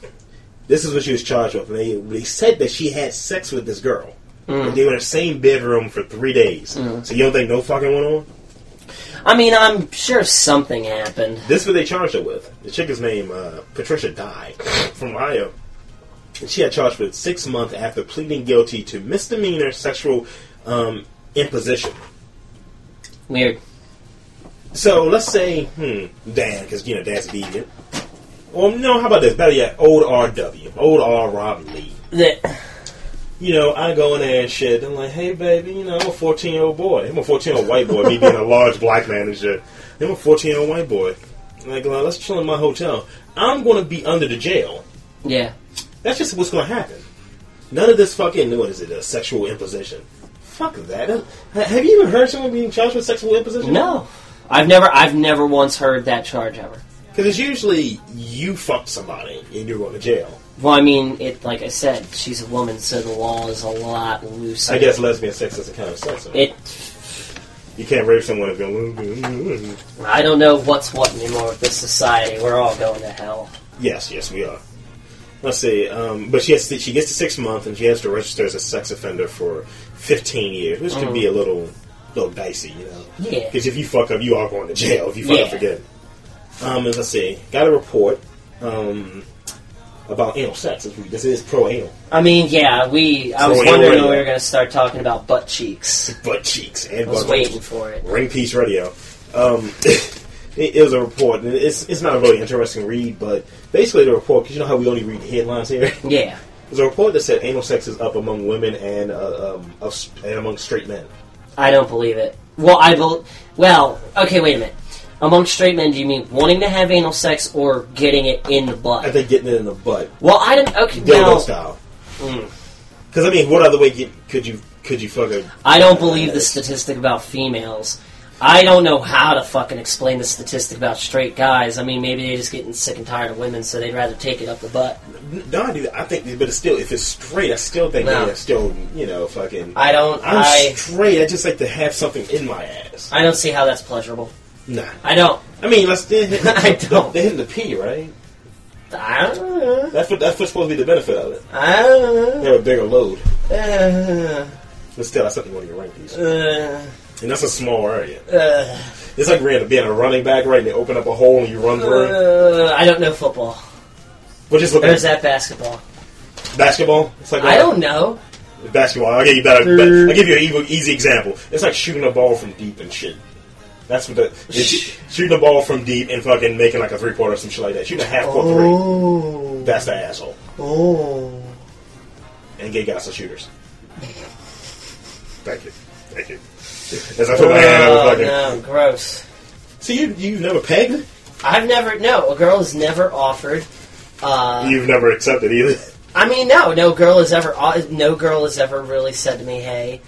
S2: This is what she was charged with. And they they said that she had sex with this girl. And they were in the same bedroom for three days. So you don't think no fucking went on?
S1: I mean, I'm sure something happened.
S2: This is what they charged her with. The chick is named uh, Patricia Dye from Ohio. And she had charged with six months after pleading guilty to misdemeanor sexual um, imposition.
S1: Weird.
S2: So let's say, hmm, Dan, because, you know, Dan's obedient. Or, no, how about this? Better yet, old RW, old R. Robin Lee.
S1: That
S2: You know, I go in there and shit. I'm like, hey, baby, you know, I'm a 14 year old boy. I'm a 14 year old white boy, me being a large black man and shit. I'm a 14 year old white boy. I'm like, "Well, let's chill in my hotel. I'm going to be under the jail.
S1: yeah.
S2: That's just what's going to happen. None of this fucking what is it? A sexual imposition? Fuck that. Uh, Have you even heard someone being charged with sexual imposition?
S1: No, I've never, I've never once heard that charge ever.
S2: because it's usually you fucked somebody and you're going to jail.
S1: Well, I mean, it like I said, she's a woman, so the law is a lot looser.
S2: I guess lesbian sex is a kind of sex.
S1: it.
S2: you can't rape someone if you're.
S1: I don't know what's what anymore with this society. We're all going to hell.
S2: Yes, yes, we are. Let's see. Um, but she has to, she gets to six months and she has to register as a sex offender for fifteen years, which can be a little little dicey, you know.
S1: Mm. Yeah.
S2: Because if you fuck up, you are going to jail. If you fuck
S1: Yeah.
S2: up again. Um, and let's see. Got a report um, about anal sex. This is pro anal.
S1: I mean, yeah, we. I was
S2: So,
S1: wondering
S2: anyway.
S1: when we were going to start talking about butt cheeks.
S2: butt cheeks and
S1: I was
S2: butt
S1: waiting
S2: cheeks.
S1: for it.
S2: Ring Peace Radio. Um, (laughs) it, it was a report, and it's it's not a really interesting read, but basically the report. Because you know how we only read the headlines here.
S1: Yeah,
S2: There's a report that said anal sex is up among women and uh, um, of, and among straight men.
S1: I don't believe it. Well, I bel. Well, okay, wait a minute. Among straight men, do you mean wanting to have anal sex or getting it in the
S2: I
S1: butt?
S2: think getting it in the butt,
S1: Well, mm, I don't. Okay,
S2: dildo
S1: now
S2: style. Because I mean, what other way get, could you could you fuck a?
S1: I don't believe the statistic about females. I don't know how to fucking explain the statistic about straight guys. I mean, maybe they're just getting sick and tired of women, so they'd rather take it up the butt.
S2: No, I do. I think, but it's still, if it's straight, I still think
S1: No.
S2: that it's still, you know, fucking.
S1: I don't.
S2: I'm
S1: I
S2: straight. I just like to have something in my ass.
S1: I don't see how that's pleasurable.
S2: Nah.
S1: I don't.
S2: I mean, let's.
S1: (laughs)
S2: They're hitting,
S1: I don't.
S2: They're hitting the P, right?
S1: I don't.
S2: That's what. That's what's supposed to be the benefit of it.
S1: I don't.
S2: They have a bigger load,
S1: Uh,
S2: but still, that's something one of your rankings,
S1: uh,
S2: and that's a small area.
S1: uh,
S2: It's like ran- being a running back, right? And they open up a hole and you run through. it.
S1: uh, I don't know football.
S2: But just look
S1: Or is
S2: at
S1: that basketball?
S2: basketball. It's like
S1: I don't know.
S2: basketball. I'll give you that. I'll give you an easy, easy example. It's like shooting a ball from deep and shit. That's what the it's
S1: Sh-
S2: shooting a ball from deep and fucking making like a three point or some shit like that. Shooting a half court
S1: Oh.
S2: three. That's the asshole.
S1: Oh.
S2: And gay guys are shooters. Thank you. Thank you. That's I feel like I had a
S1: Oh,
S2: fucking.
S1: no, gross.
S2: So you you've never pegged?
S1: I've never no. A girl has never offered. Uh,
S2: You've never accepted either. (laughs)
S1: I mean, no, no girl has ever uh, no girl has ever really said to me, "Hey,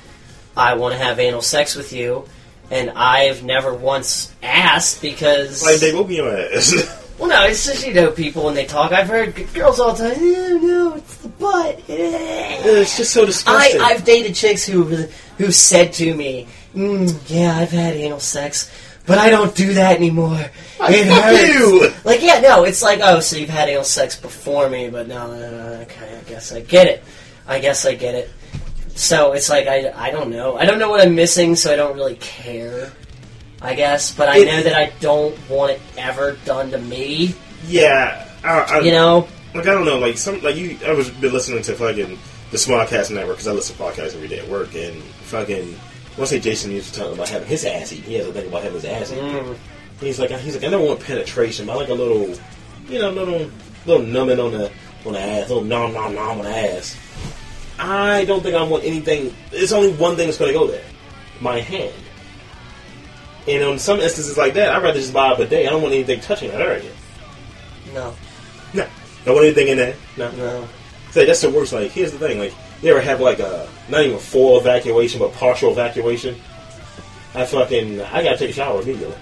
S1: I want to have anal sex with you," and I've never once asked because.
S2: Like they will be on ass.
S1: well, no, it's just you know people when they talk. I've heard g- girls all the time. Oh, no, it's the butt. (laughs) Eh."
S2: it's just so
S1: I
S2: disgusting.
S1: I've dated chicks who who said to me, mm, "Yeah, I've had anal sex." But I don't do that anymore. it
S2: fuck
S1: hurts.
S2: you.
S1: Like, yeah, no, it's like, oh, so you've had anal sex before me, but no, no, no, okay, I guess I get it. I guess I get it. So it's like, I, I don't know. I don't know what I'm missing, so I don't really care, I guess, but I
S2: It-
S1: know that I don't want it ever done to me,
S2: yeah. I, I,
S1: you know?
S2: like I don't know, like some like you. I was been listening to fucking the Smodcast Network because I listen to podcasts every day at work, and fucking I want to say Jason used to talk about having his ass eaten. He has a thing about having his ass eaten. He's like he's like I don't want penetration, but I like a little, you know, little little numbing on the on the ass, little nom nom nom on the ass. I don't think I want anything. It's only one thing that's going to go there, my hand. And on some instances like that, I'd rather just buy a bidet. I don't want anything touching that area.
S1: No,
S2: No, don't want anything in there. No,
S1: no.
S2: Say that's the worst. Like, here's the thing. Like, you ever have like a not even full evacuation, but partial evacuation? I fucking I gotta take a shower immediately.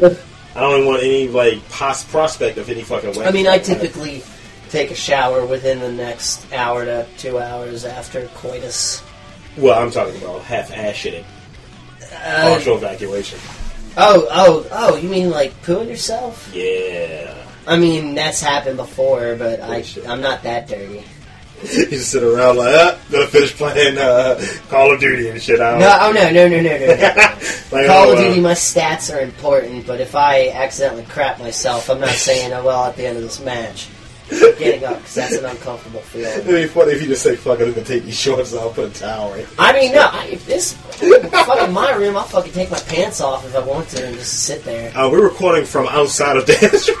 S2: I don't even want any like pos- prospect of any fucking. Wet
S1: I mean, I typically take a shower within the next hour to two hours after coitus.
S2: Well, I'm talking about half ass shitting,
S1: Uh,
S2: partial evacuation.
S1: oh, oh, oh, you mean like pooing yourself?
S2: Yeah.
S1: I mean, that's happened before, but I,
S2: Holy shit.
S1: I'm not that dirty.
S2: (laughs) you just sit around like, ah, gonna finish playing uh, Call of Duty and shit. I don't
S1: No, oh no, no, no, no, no. no.
S2: (laughs) like,
S1: Call
S2: oh,
S1: of
S2: well.
S1: Duty, my stats are important, but if I accidentally crap myself, I'm not saying, oh well, at the end of this match, I'm getting up, because that's an uncomfortable feeling.
S2: It'd be funny if you just say, "Fuck it, I'm gonna take these shorts off, put a towel in."
S1: I mean, no, I, if this fucking my room, I'll fucking take my pants off if I want to and just sit there.
S2: Uh, we're recording from outside of (laughs) dance room.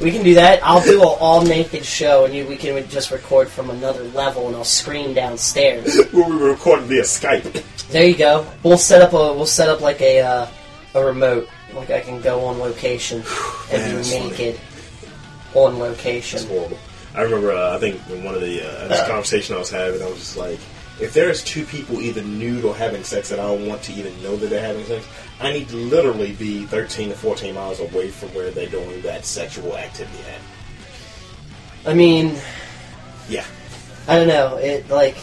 S1: We can do that. I'll do an all naked show, and you, we can just record from another level, and I'll scream downstairs.
S2: Where we were recording via Skype.
S1: There you go. We'll set up a we'll set up like a uh, a remote, like I can go on
S2: (sighs)
S1: location and
S2: Man, that's
S1: be
S2: funny.
S1: naked on location.
S2: It's horrible. I remember, uh, I think in one of the uh, this conversation I was having, I was just like, if there is two people either nude or having sex that I don't want to even know that they're having sex, I need to literally be 13 to 14 miles away from where they're doing that sexual activity at.
S1: I mean,
S2: Yeah.
S1: I don't know. It like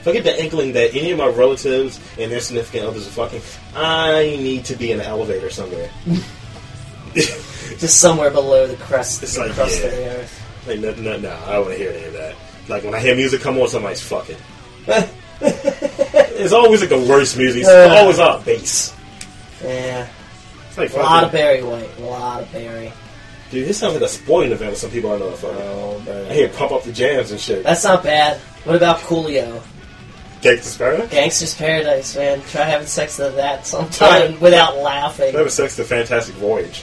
S2: If I get the inkling that any of my relatives and their significant others are fucking, I need to be in an elevator somewhere. (laughs)
S1: just somewhere below the crust,
S2: It's
S1: the
S2: like,
S1: crust of
S2: yeah.
S1: the earth.
S2: (laughs) Like, no, no, no, I don't want to hear any of that. Like, when I hear music come on, somebody's fucking. it's always like the worst music. It's
S1: Uh.
S2: always off bass.
S1: Yeah,
S2: It's like,
S1: a lot of
S2: fucking,
S1: Barry White, a lot of Barry.
S2: dude, this sounds like a sporting event with some people I know. are Fucking.
S1: Oh,
S2: I hear pump up the jams and shit.
S1: That's not bad. What about Coolio?
S2: Gangsta's Paradise?
S1: Gangster's Paradise, man. Try having sex to that sometime (laughs) without
S2: They have
S1: laughing.
S2: a sex to Fantastic Voyage.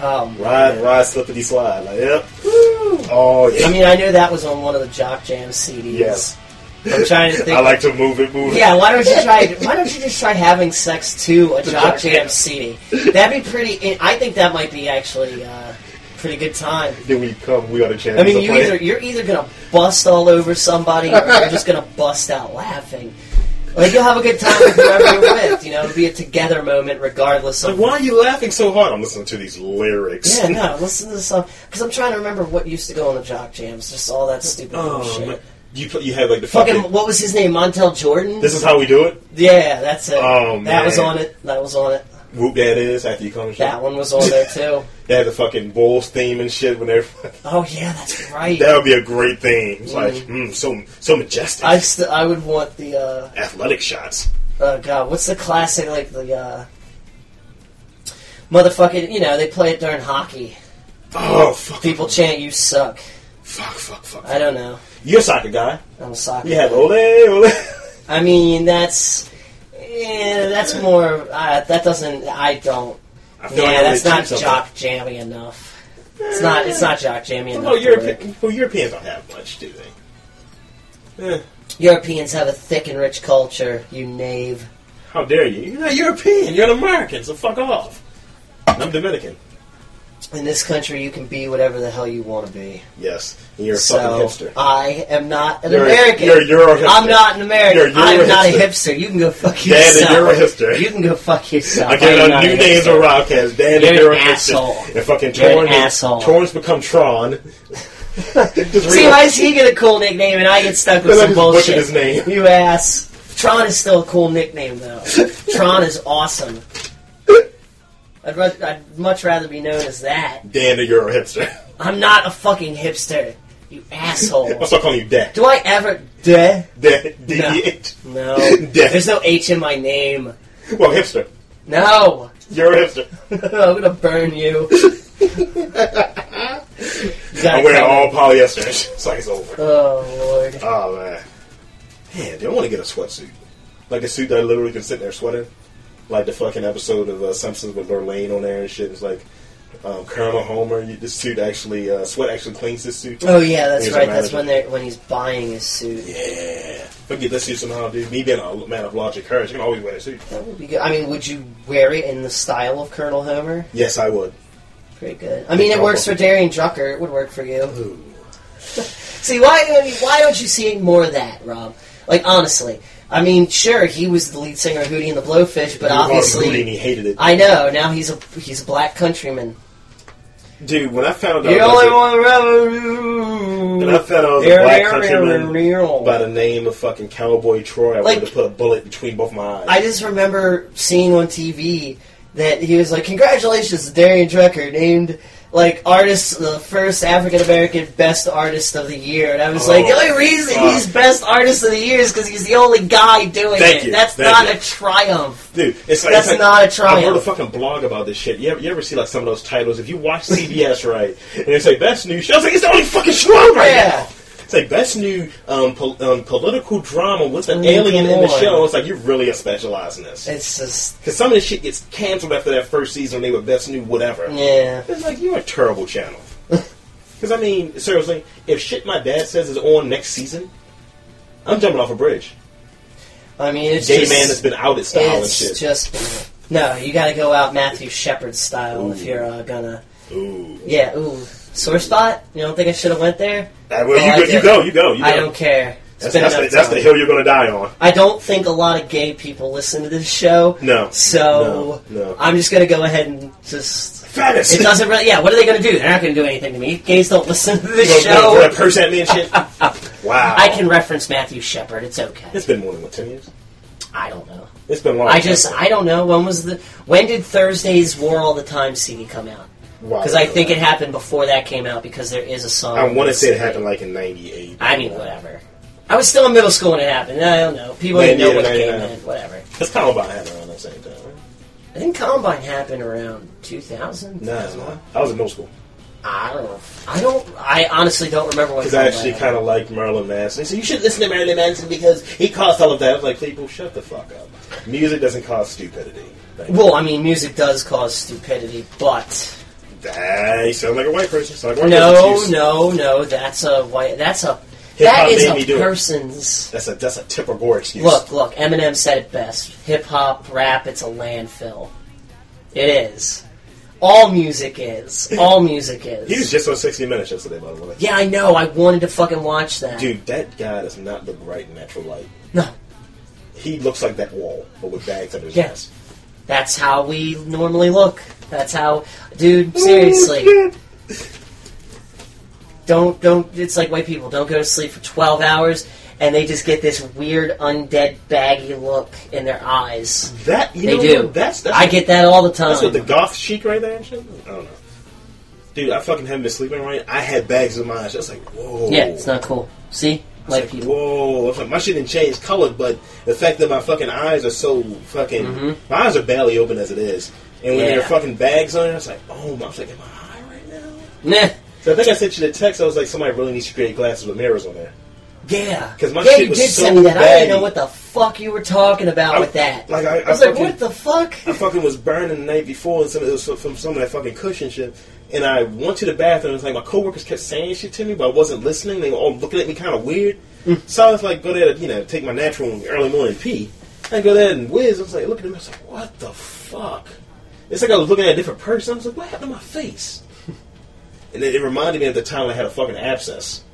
S1: Oh, my
S2: Ride, ride, slippity slide. Like, yep. Oh, yeah.
S1: I mean, I knew that was on one of the Jock Jam CDs.
S2: Yes.
S1: I'm trying
S2: (laughs)
S1: to think.
S2: I like to move it, move it.
S1: Yeah, why don't you try? Why don't you just try having sex to a Jock Jam CD? That'd be pretty. I think that might be actually uh, pretty good time.
S2: Then when you come, we got a chance
S1: I mean,
S2: to
S1: you
S2: play.
S1: either you're either gonna bust all over somebody, or you're just gonna bust out laughing. Like you'll have a good time with whoever you're with. You know, it'll be a together moment, regardless
S2: Like,
S1: of
S2: why are you laughing so hard? I'm listening to these lyrics. (laughs)
S1: Yeah, no, listen to the song because I'm trying to remember what used to go on the jock jams. Just all that stupid
S2: Oh,
S1: shit.
S2: man. You, put, you had like the fucking.
S1: Fucking what was his name? Montel Jordan.
S2: This is how we do it.
S1: yeah, that's it.
S2: Oh,
S1: that was
S2: man.
S1: on it. That was on it.
S2: Whoop that is after you come. and shit.
S1: That one was on
S2: (laughs)
S1: there too.
S2: They had the fucking Bulls theme and shit. When they're
S1: Oh yeah, that's right.
S2: that would be a great theme. It's like mm, so so majestic.
S1: I st- I would want the uh,
S2: Athletic shots.
S1: oh god, what's the classic like the uh, motherfucking you know they play it during hockey.
S2: Oh fuck!
S1: People chant "You suck."
S2: Fuck! Fuck! Fuck!
S1: I don't know.
S2: You're a soccer guy.
S1: I'm a soccer.
S2: You have
S1: guy.
S2: ole ole.
S1: I mean that's yeah, that's more uh, that doesn't I don't
S2: I feel
S1: yeah
S2: like I
S1: that's
S2: really
S1: not
S2: cheat something.
S1: jock jammy enough. It's not it's not jock jammy enough.
S2: Well,
S1: to work.
S2: Europe, well, Europeans don't have much, do they? Eh,
S1: Europeans have a thick and rich culture. You knave.
S2: how dare you? You're not European. You're an American. So fuck off. And I'm Dominican.
S1: In this country, you can be whatever the hell you want to be.
S2: Yes, and you're a
S1: So
S2: fucking hipster.
S1: I am not an
S2: You're a-
S1: American.
S2: you're a Euro hipster.
S1: I'm not an American.
S2: You're a Euro
S1: I'm not a
S2: hipster.
S1: hipster. You can go fuck
S2: Dad,
S1: yourself.
S2: you're a hipster.
S1: You can go fuck yourself.
S2: I get
S1: I'm
S2: on
S1: not
S2: new
S1: a
S2: names
S1: hipster.
S2: on Rockcast. Dan
S1: You're
S2: and
S1: an
S2: Derek
S1: asshole.
S2: And fucking
S1: You're an
S2: Torn. is-
S1: asshole.
S2: Torn's
S1: (laughs)
S2: become Tron. Just
S1: See,
S2: real-
S1: why does he get a cool nickname and I get stuck with
S2: Because I
S1: some
S2: just butchered
S1: bullshit?
S2: his name.
S1: You ass. Tron is still a cool nickname,
S2: (laughs)
S1: though. Tron is awesome. I'd, ru- I'd much rather be known as that.
S2: Dan, you're a hipster.
S1: I'm not a fucking hipster, you asshole.
S2: I'll (laughs) start calling you Dan.
S1: Do I ever? Duh.
S2: Dan, D
S1: No.
S2: E H. (laughs)
S1: No.
S2: Death.
S1: There's no H in my name.
S2: Well, hipster.
S1: No. (laughs)
S2: You're a hipster.
S1: I'm gonna burn
S2: (laughs)
S1: you. You gotta
S2: I'm wearing
S1: come
S2: all
S1: in.
S2: polyester. It's like it's over.
S1: Oh
S2: (laughs)
S1: lord.
S2: Oh man, man, do I want to get a sweatsuit? Like a suit that I literally can sit there sweating, like the fucking episode of uh, Simpsons with Lorraine on there and shit. It's like um, Colonel Homer. You, this suit actually uh, sweat actually cleans this suit.
S1: Oh yeah, that's
S2: He's a
S1: right. That's
S2: manager.
S1: when they are when he's buying his suit.
S2: Yeah, but get this suit somehow, dude. Me being a man of logic, courage, I can always wear a suit.
S1: That would be good. I mean, would you wear it in the style of Colonel Homer?
S2: Yes, I would.
S1: Pretty good. I mean, it works for Darian Drucker. It would work for you.
S2: Ooh.
S1: See, why why don't you see more of that, Rob? Like honestly, I mean, sure, he was the lead singer of Hootie and the Blowfish, but
S2: You called him Hootie and
S1: obviously,
S2: he hated it,
S1: I know now he's a he's a black countryman.
S2: dude. When I found out,
S1: You're
S2: I was
S1: only
S2: a-
S1: one
S2: when I
S1: revenue.
S2: found out I was a black countryman by the name of fucking Cowboy Troy, I
S1: Like-
S2: would have put a bullet between both my eyes.
S1: I just remember seeing on TV that he was like, "Congratulations, to Darian Drucker, named like artist, the first African American best artist of the year." And I was like, "The
S2: Oh,
S1: only reason
S2: fuck.
S1: he's best artist of the year is because he's the only guy doing it.
S2: Thank you,
S1: That's
S2: thank
S1: not
S2: you.
S1: a triumph.
S2: Dude, it's like
S1: That's
S2: it's like-
S1: not a triumph.
S2: I wrote a fucking blog about this shit. You ever, you ever see like some of those titles? If you
S1: (laughs)
S2: watch CBS right, and it's like best new show, I was like it's the only fucking show right
S1: Yeah.
S2: now. It's like best new um, pol- um, political drama with an
S1: Mm,
S2: alien in the
S1: come on.
S2: show. It's like you really are specializing this
S1: It's just
S2: because some of this shit gets canceled after that first season. They were best new whatever.
S1: yeah."
S2: It's like you're a terrible channel. (laughs) Because I mean, seriously, if shit my dad says is on next season, I'm jumping off a bridge.
S1: I mean, it's
S2: Gay
S1: just,
S2: man that's been outed style and
S1: it's
S2: shit.
S1: just no. You got to go out Matthew Shepard style if
S2: Ooh.
S1: you're uh, gonna.
S2: Ooh.
S1: Yeah, ooh. Sore spot? You don't think I should have went there?
S2: Ah, well,
S1: Well, I
S2: you, go,
S1: did.
S2: you go, you go, you go.
S1: I don't care. It's
S2: That's,
S1: been
S2: that's
S1: enough
S2: the, that's the
S1: time.
S2: hill you're going to die on.
S1: I don't think a lot of gay people listen to this show.
S2: No.
S1: So
S2: No, no.
S1: I'm just gonna go ahead and just
S2: Fattest. (laughs)
S1: it doesn't really yeah, what are they gonna do? They're not gonna do anything to me. Gays don't listen to this
S2: Throw- throw
S1: show.
S2: that purse at me
S1: (laughs)
S2: and shit. wow.
S1: I can reference Matthew Shepard, it's okay.
S2: It's been more than what ten years.
S1: I don't know.
S2: It's been long.
S1: I just I don't know when was the when did Thursday's War All the Time CD come out? Because I think it happened before that came out because there is a song.
S2: I want to say it
S1: that's-
S2: happened like in '98.
S1: I mean, whatever. I was still in middle school when it happened. I don't know. People didn't know
S2: Maybe
S1: what
S2: in
S1: came
S2: 99.
S1: in. Whatever.
S2: It's kind of about happening around that same time. Right?
S1: I think Combine happened around 2000.
S2: No, it's not. I was in middle school
S1: I don't know. I don't. I honestly don't remember when.
S2: because I
S1: Combine
S2: actually
S1: happened.
S2: kind of liked Marilyn Manson. So you should listen to Marilyn Manson because he caused all of that. I was like, people, shut the fuck up. Music doesn't cause stupidity. Thank you.
S1: Well, I mean, music does cause stupidity, but
S2: Ah, you sound like a white person. Sound like a white
S1: no,
S2: person.
S1: no, no. That's a white. That's a.
S2: Hip-hop
S1: that is
S2: made me
S1: a
S2: do it.
S1: person's.
S2: That's a that's a Tipper Gore excuse.
S1: Look, look. Eminem said it best. Hip hop, rap. It's a landfill. It is. All music
S2: (laughs)
S1: is. All music is.
S2: He was just on 60 Minutes yesterday, by the way.
S1: yeah, I know. I wanted to fucking watch that.
S2: Dude, that guy does not look right in natural light.
S1: No.
S2: He he looks like that wall, but with bags under his
S1: Yeah.
S2: eyes.
S1: That's how we normally look. That's how,
S2: Oh,
S1: dude. Seriously, don't don't. It's like white people don't go to sleep for twelve hours, and they just get this weird undead baggy look in their eyes.
S2: That you
S1: They
S2: know
S1: do.
S2: what? That's, that's
S1: I get that all the time.
S2: That's what the goth chic right there. and shit? I don't know. Dude, I fucking haven't been sleeping right. I had bags in my eyes. I was like, whoa.
S1: yeah, it's not cool. See,
S2: I was
S1: white
S2: like,
S1: people.
S2: whoa. I was like, my shit didn't change color, but the fact that my fucking eyes are so fucking. My eyes are barely open as it is. And when
S1: Mm-hmm. Yeah.
S2: there are fucking bags on it, I was like, oh, my- I was like, am I high right now?
S1: Nah.
S2: So I think I sent you the text. I was like, somebody really needs to create glasses with mirrors on there.
S1: Yeah.
S2: 'Cause my
S1: yeah,
S2: shit
S1: you
S2: was
S1: did
S2: so
S1: send me that. I didn't
S2: baggy.
S1: know what the fuck you were talking about
S2: I-
S1: with that.
S2: like, I- I
S1: was like,
S2: fucking-
S1: what the
S2: (laughs)
S1: fuck?
S2: I fucking was burning the night before, and some it was from some of that fucking cushion shit. And I went to the bathroom. It's like my coworkers kept saying shit to me, but I wasn't listening. They were all looking at me kind of weird. So I was like, go there, to, you know, take my natural and early morning pee. I go there and whiz. I was like, look at him. I was like, what the fuck? It's like I was looking at a different person. I was like, what happened to my face? and it, it reminded me of the time I had a fucking abscess.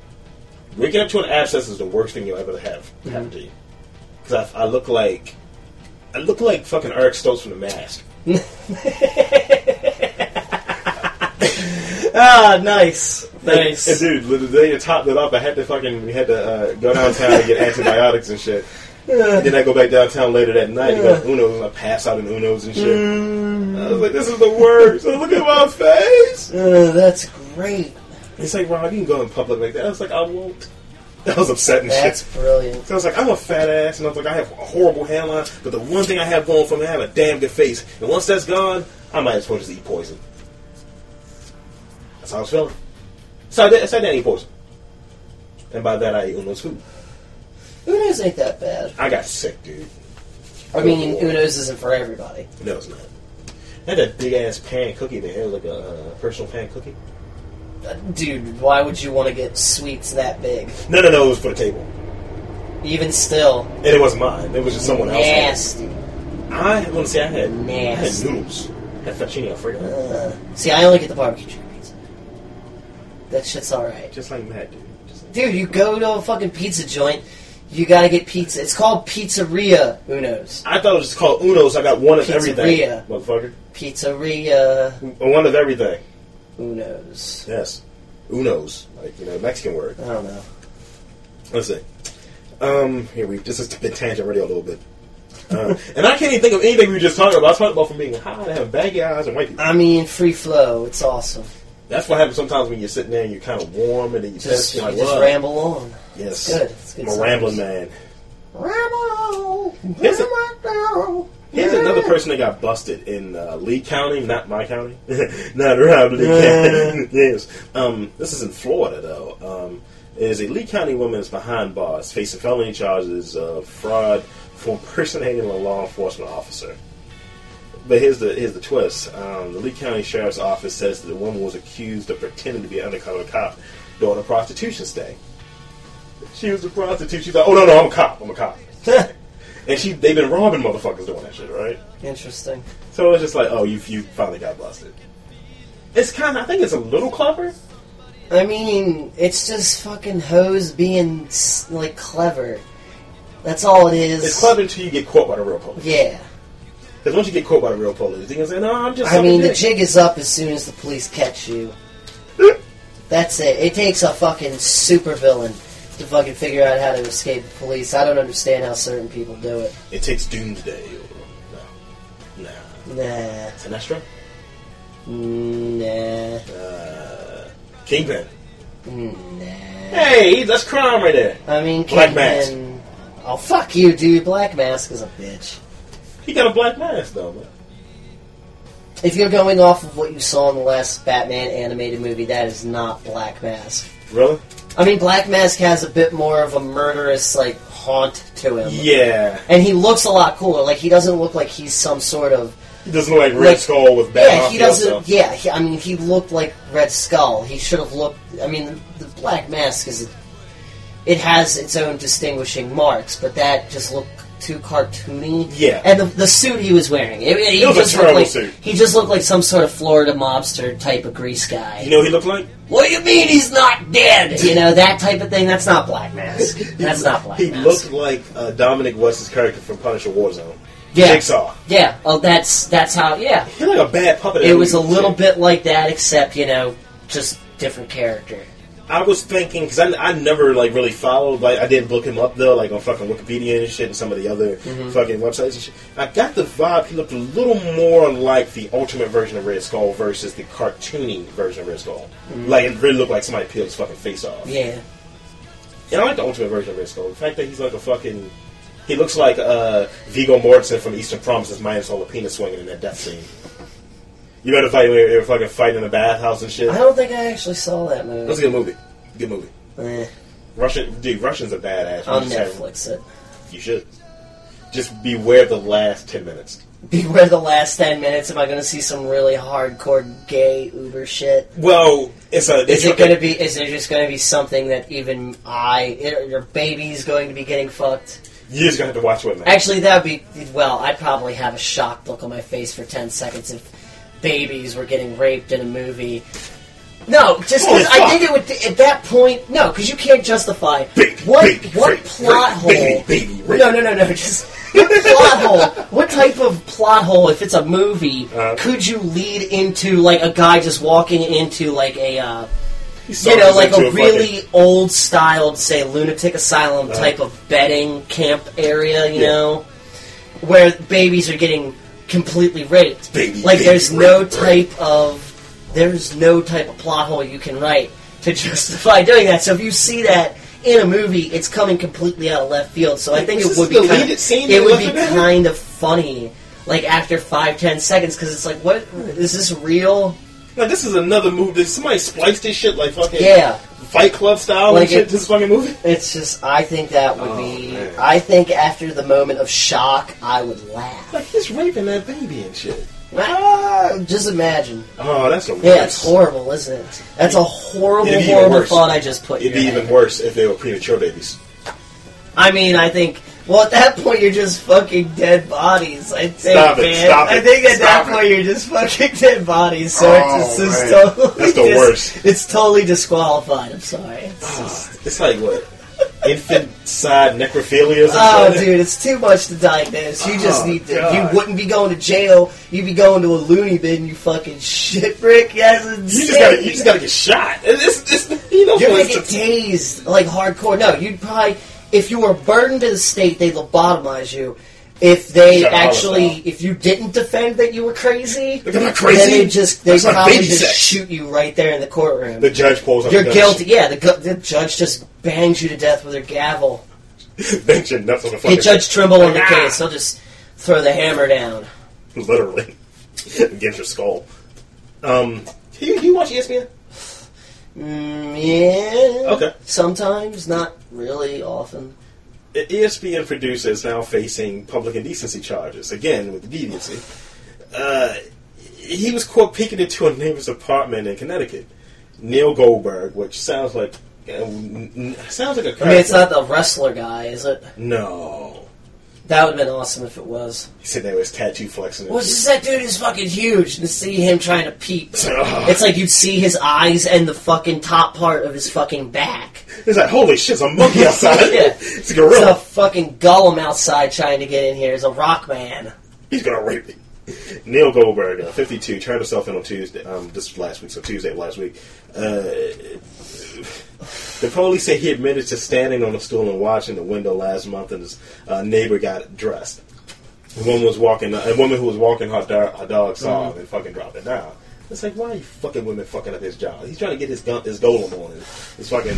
S2: Waking up to an abscess is the worst thing you'll ever have happen to you. Because I, I look like I look like fucking Eric Stokes from The Mask.
S1: Ah, nice, nice.
S2: And dude, the day to top that up, I had to fucking we had to uh, go downtown to get antibiotics and shit. And then I go back downtown later that night and got Uno's and I pass out in Uno's and shit. I was like, this is the worst. look at my face.
S1: Uh, that's great.
S2: It's like, Rob, you can go in public like that. I was like, I won't. (laughs) I was upset and shit.
S1: That's brilliant.
S2: So I was like, I'm a fat ass, and I was like, I have a horrible hairline, but the one thing I have going for me, I have a damn good face. And once that's gone, I might as well just eat poison. That's how I was feeling. So I, did, so I didn't eat poison. And by that, I ate Uno's food.
S1: Uno's ain't that bad.
S2: I got sick, dude.
S1: I mean, Uno's isn't for everybody.
S2: No, it's not. I had that big ass pan cookie there. It was like a uh, personal pan cookie.
S1: Uh, Dude, why would you want to get sweets that big?
S2: No, no, no, it was for the table.
S1: Even still,
S2: And it wasn't mine, it was just someone else's.
S1: nasty.
S2: I want to say I had, I had
S1: Nasty.
S2: noodles. I had fettuccine alfredo.
S1: Ugh. Uh, See, I only get the barbecue chicken pizza. That shit's alright.
S2: Just like Matt, dude. Just like,
S1: Dude, you go to a fucking pizza joint, you gotta get pizza. It's called Pizzeria Uno's.
S2: I thought it was called Uno, so I got one of
S1: Pizzeria.
S2: everything. Motherfucker. Oh,
S1: Pizzeria
S2: One of everything.
S1: Uno's.
S2: Yes. Uno's. Like, you know, Mexican word.
S1: I don't know.
S2: Let's see. Um, here we this has been tangent already a little bit. Uh, and I can't even think of anything we were just talking about. I was talking about from being high to having baggy eyes and white people.
S1: I mean, free flow, it's awesome.
S2: That's what happens sometimes when you're sitting there and you're kind of warm and then you
S1: Just,
S2: piss.
S1: you
S2: You're like,
S1: just
S2: "Whoa."
S1: ramble on. It's
S2: Yes.
S1: good. It's good
S2: I'm a
S1: sometimes.
S2: rambling man.
S1: Ramble on.
S2: Here's a-
S1: Ramble on.
S2: Here's another person that got busted in uh, Lee County, not my county, (laughs) not around Lee County. (laughs) yes, um, this is in Florida though. Um, is a Lee County woman is behind bars facing felony charges of fraud for impersonating a law enforcement officer. But here's the here's the twist. Um, the Lee County Sheriff's Office says that the woman was accused of pretending to be an undercover cop during a prostitution stay. She was a prostitute. She's like, oh no no, I'm a cop. I'm a cop. And she they've been robbing motherfuckers doing that shit, right?
S1: Interesting.
S2: So it's just like, oh, you you finally got busted. It's kind of, I think it's a little clever.
S1: I mean, it's just fucking hoes being s- like clever. That's all it is.
S2: It's clever until you get caught by the real police.
S1: Yeah.
S2: Because once you get caught by the real police, you can say, no, I'm just.
S1: I mean,
S2: sucking
S1: the
S2: dick."
S1: jig is up as soon as the police catch you. That's it. It takes a fucking super villain to fucking figure out how to escape the police. I don't understand how certain people do it.
S2: (laughs) it takes doomsday. Or, no, nah,
S1: Nah.
S2: Sinestro,
S1: Nah.
S2: Uh, Kingpin.
S1: Nah.
S2: Hey, that's crime right there.
S1: I mean,
S2: Black
S1: Kingpin-
S2: Mask.
S1: Oh, fuck you, dude. Black Mask is a bitch.
S2: He got a black mask though. Man.
S1: If you're going off of what you saw in the last Batman animated movie, that is not Black Mask.
S2: Really?
S1: I mean, Black Mask has a bit more of a murderous, like, haunt to him.
S2: Yeah.
S1: And he looks a lot cooler. Like, he doesn't look like he's some sort of.
S2: He doesn't look like Red
S1: Like-
S2: Skull with bad
S1: Yeah, he
S2: mafia
S1: doesn't.
S2: stuff.
S1: Yeah, he, I mean, he looked like Red Skull. He should have looked. I mean, the, the Black Mask is. It has its own distinguishing marks, but that just looked too cartoony.
S2: Yeah.
S1: and the, the suit he was wearing, it, it- he
S2: It was a
S1: just looked
S2: terrible
S1: like
S2: suit.
S1: he just looked like some sort of Florida mobster type of grease guy.
S2: You know what he looked like?
S1: what do you mean he's not dead? You know that type of thing. That's not Black Mask. That's not Black
S2: (laughs) He
S1: Mask.
S2: looked like uh, Dominic West's character from Punisher Warzone.
S1: yeah,
S2: Jigsaw.
S1: yeah. Oh, that's that's how. Yeah,
S2: He looked like a bad puppet.
S1: it was a little bit like that, except you know, just different character.
S2: I was thinking because I, I never like really followed. Like I didn't look him up though, like on fucking Wikipedia and shit, and some of the other
S1: Mm-hmm.
S2: fucking websites and shit. I got the vibe he looked a little more like the ultimate version of Red Skull versus the cartoony version of Red Skull. Like it really looked like somebody peeled his fucking face off.
S1: Mm-hmm. Yeah,
S2: And I like the ultimate version of Red Skull. The fact that he's like a fucking. He looks like uh, Vigo Mortensen from Eastern Promises minus all the penis swinging in that death scene. You know the fight where they were fucking fighting in the bathhouse and shit?
S1: I
S2: That
S1: don't think I actually saw that
S2: was a
S1: movie.
S2: good movie. Good movie.
S1: Eh,
S2: Russian, dude, Russians are badass. You
S1: I'll
S2: just have-
S1: Netflix it.
S2: you should. Just beware the last 10 minutes.
S1: Beware the last ten minutes. Am I going to see some really hardcore gay Uber shit?
S2: Well, it's a.
S1: Is
S2: It's
S1: it going to be? Is there just going to be something that even I, your baby's going to be getting fucked?
S2: You're just gonna have to watch one, man.
S1: Actually, that'd be well. I'd probably have a shocked look on my face for ten seconds if babies were getting raped in a movie. No, just 'cause
S2: Holy
S1: I
S2: fuck.
S1: think it would at that point. No, because you can't justify
S2: Baby,
S1: what
S2: baby,
S1: what
S2: rape,
S1: plot
S2: rape,
S1: hole.
S2: baby, baby, rape.
S1: No, no, no, no. Just what plot hole. What type of plot hole? If it's a movie,
S2: Uh-huh.
S1: could you lead into like a guy just walking into like a. Uh,
S2: He
S1: you know,
S2: suckers
S1: like
S2: into
S1: a
S2: fucking-
S1: really old styled, say, lunatic asylum type of bedding camp area, you
S2: Uh-huh. Yeah.
S1: know, where babies are getting completely raped.
S2: Baby,
S1: like,
S2: baby,
S1: there's no
S2: rape,
S1: type of there's no type of plot hole you can write to (laughs) justify doing that. So if you see that in a movie, it's coming completely out of left field. So I think
S2: Is
S1: it
S2: this
S1: would
S2: the
S1: be kind
S2: deleted scene
S1: it
S2: they
S1: would
S2: left
S1: be
S2: in there?
S1: kind of funny. Like after five ten seconds, because it's like, what is this real?
S2: Like, this is another movie. Did somebody splice this shit like fucking.
S1: Yeah,
S2: Fight Club style
S1: Like
S2: and shit
S1: it-
S2: to this fucking movie? (laughs)
S1: It's just, I think that would
S2: Oh,
S1: be.
S2: man.
S1: I think after the moment of shock, I would laugh.
S2: Like, he's raping that baby and shit.
S1: Ah, just imagine.
S2: Oh, that's the worst.
S1: Yeah, it's horrible, isn't it? That's a horrible,
S2: It'd be even
S1: horrible
S2: worse.
S1: thought I just put. in
S2: It'd be
S1: your
S2: even
S1: head.
S2: worse if they were premature babies.
S1: I mean, I think. Well, at that point, you're just fucking dead bodies. I think,
S2: Stop it,
S1: man.
S2: stop
S1: I
S2: it,
S1: think at
S2: stop
S1: that
S2: it.
S1: point, you're just fucking dead bodies. So
S2: Oh,
S1: it's just it's
S2: man.
S1: totally.
S2: That's the
S1: dis-
S2: worst.
S1: It's totally disqualified. I'm sorry. It's just,
S2: Ah, It's like what? Infant side necrophilia or
S1: Oh,
S2: something?
S1: dude, it's too much to diagnose. You just
S2: Oh,
S1: need to.
S2: God.
S1: You wouldn't be going to jail. You'd be going to a loony bin. You fucking shit brick. That's insane.
S2: You just gotta, you just gotta get shot. It's, it's, you know,
S1: You're gonna
S2: it's-
S1: get tased like hardcore. No, you'd probably if you were burdened to the state, they lobotomize you. If they
S2: Shut up,
S1: actually,
S2: I'll-
S1: if you didn't defend that you were crazy,
S2: Look, I'm
S1: then
S2: not crazy.
S1: they just they
S2: That's not
S1: probably
S2: baby
S1: just
S2: sex.
S1: shoot you right there in the courtroom.
S2: the judge pulls up.
S1: You're
S2: the gun.
S1: guilty. Yeah, the, gu- the judge just bangs you to death with her gavel.
S2: (laughs) Bench your nuts on the fucking
S1: Get Judge Trimble on the
S2: Ah!
S1: case. He'll just throw the hammer down.
S2: (laughs) literally (laughs) against your skull. Um, do you, do you watch
S1: E
S2: ESPN?
S1: Mm, yeah.
S2: Okay.
S1: Sometimes, not really often.
S2: The ESPN producer is now facing public indecency charges again with deviancy. Uh, he was caught peeking into a neighbor's apartment in Connecticut. Neil Goldberg, which sounds like uh, n- n- sounds like a
S1: I mean, it's not the wrestler guy, is it?
S2: No,
S1: That would have been awesome if it was.
S2: he said there was tattoo flexing.
S1: Well, it's just that dude is fucking huge, and to see him trying to peep.
S2: (laughs) Ugh.
S1: It's like you'd see his eyes and the fucking top part of his fucking back.
S2: It's like, holy shit, it's a monkey outside.
S1: Yeah.
S2: It's a
S1: It's a
S2: gorilla.
S1: fucking golem outside trying to get in here. It's a rock man.
S2: He's gonna rape me. Neil Goldberg, uh, 52, turned himself in on Tuesday, um, this last week, so Tuesday of last week. Uh, the police say he admitted to standing on a stool and watching the window last month, and his uh, neighbor got dressed. The woman was walking, uh, a woman who was walking her, dar- her dog saw him and fucking dropped it down. It's like, why are you fucking women fucking up his job? He's trying to get his gun, his golem on. His, his fucking,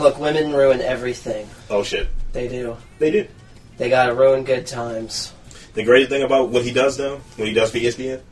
S1: Look, women ruin everything.
S2: oh shit.
S1: They do.
S2: They did.
S1: They gotta ruin good times.
S2: The greatest thing about what he does though, when he does for E ESPN,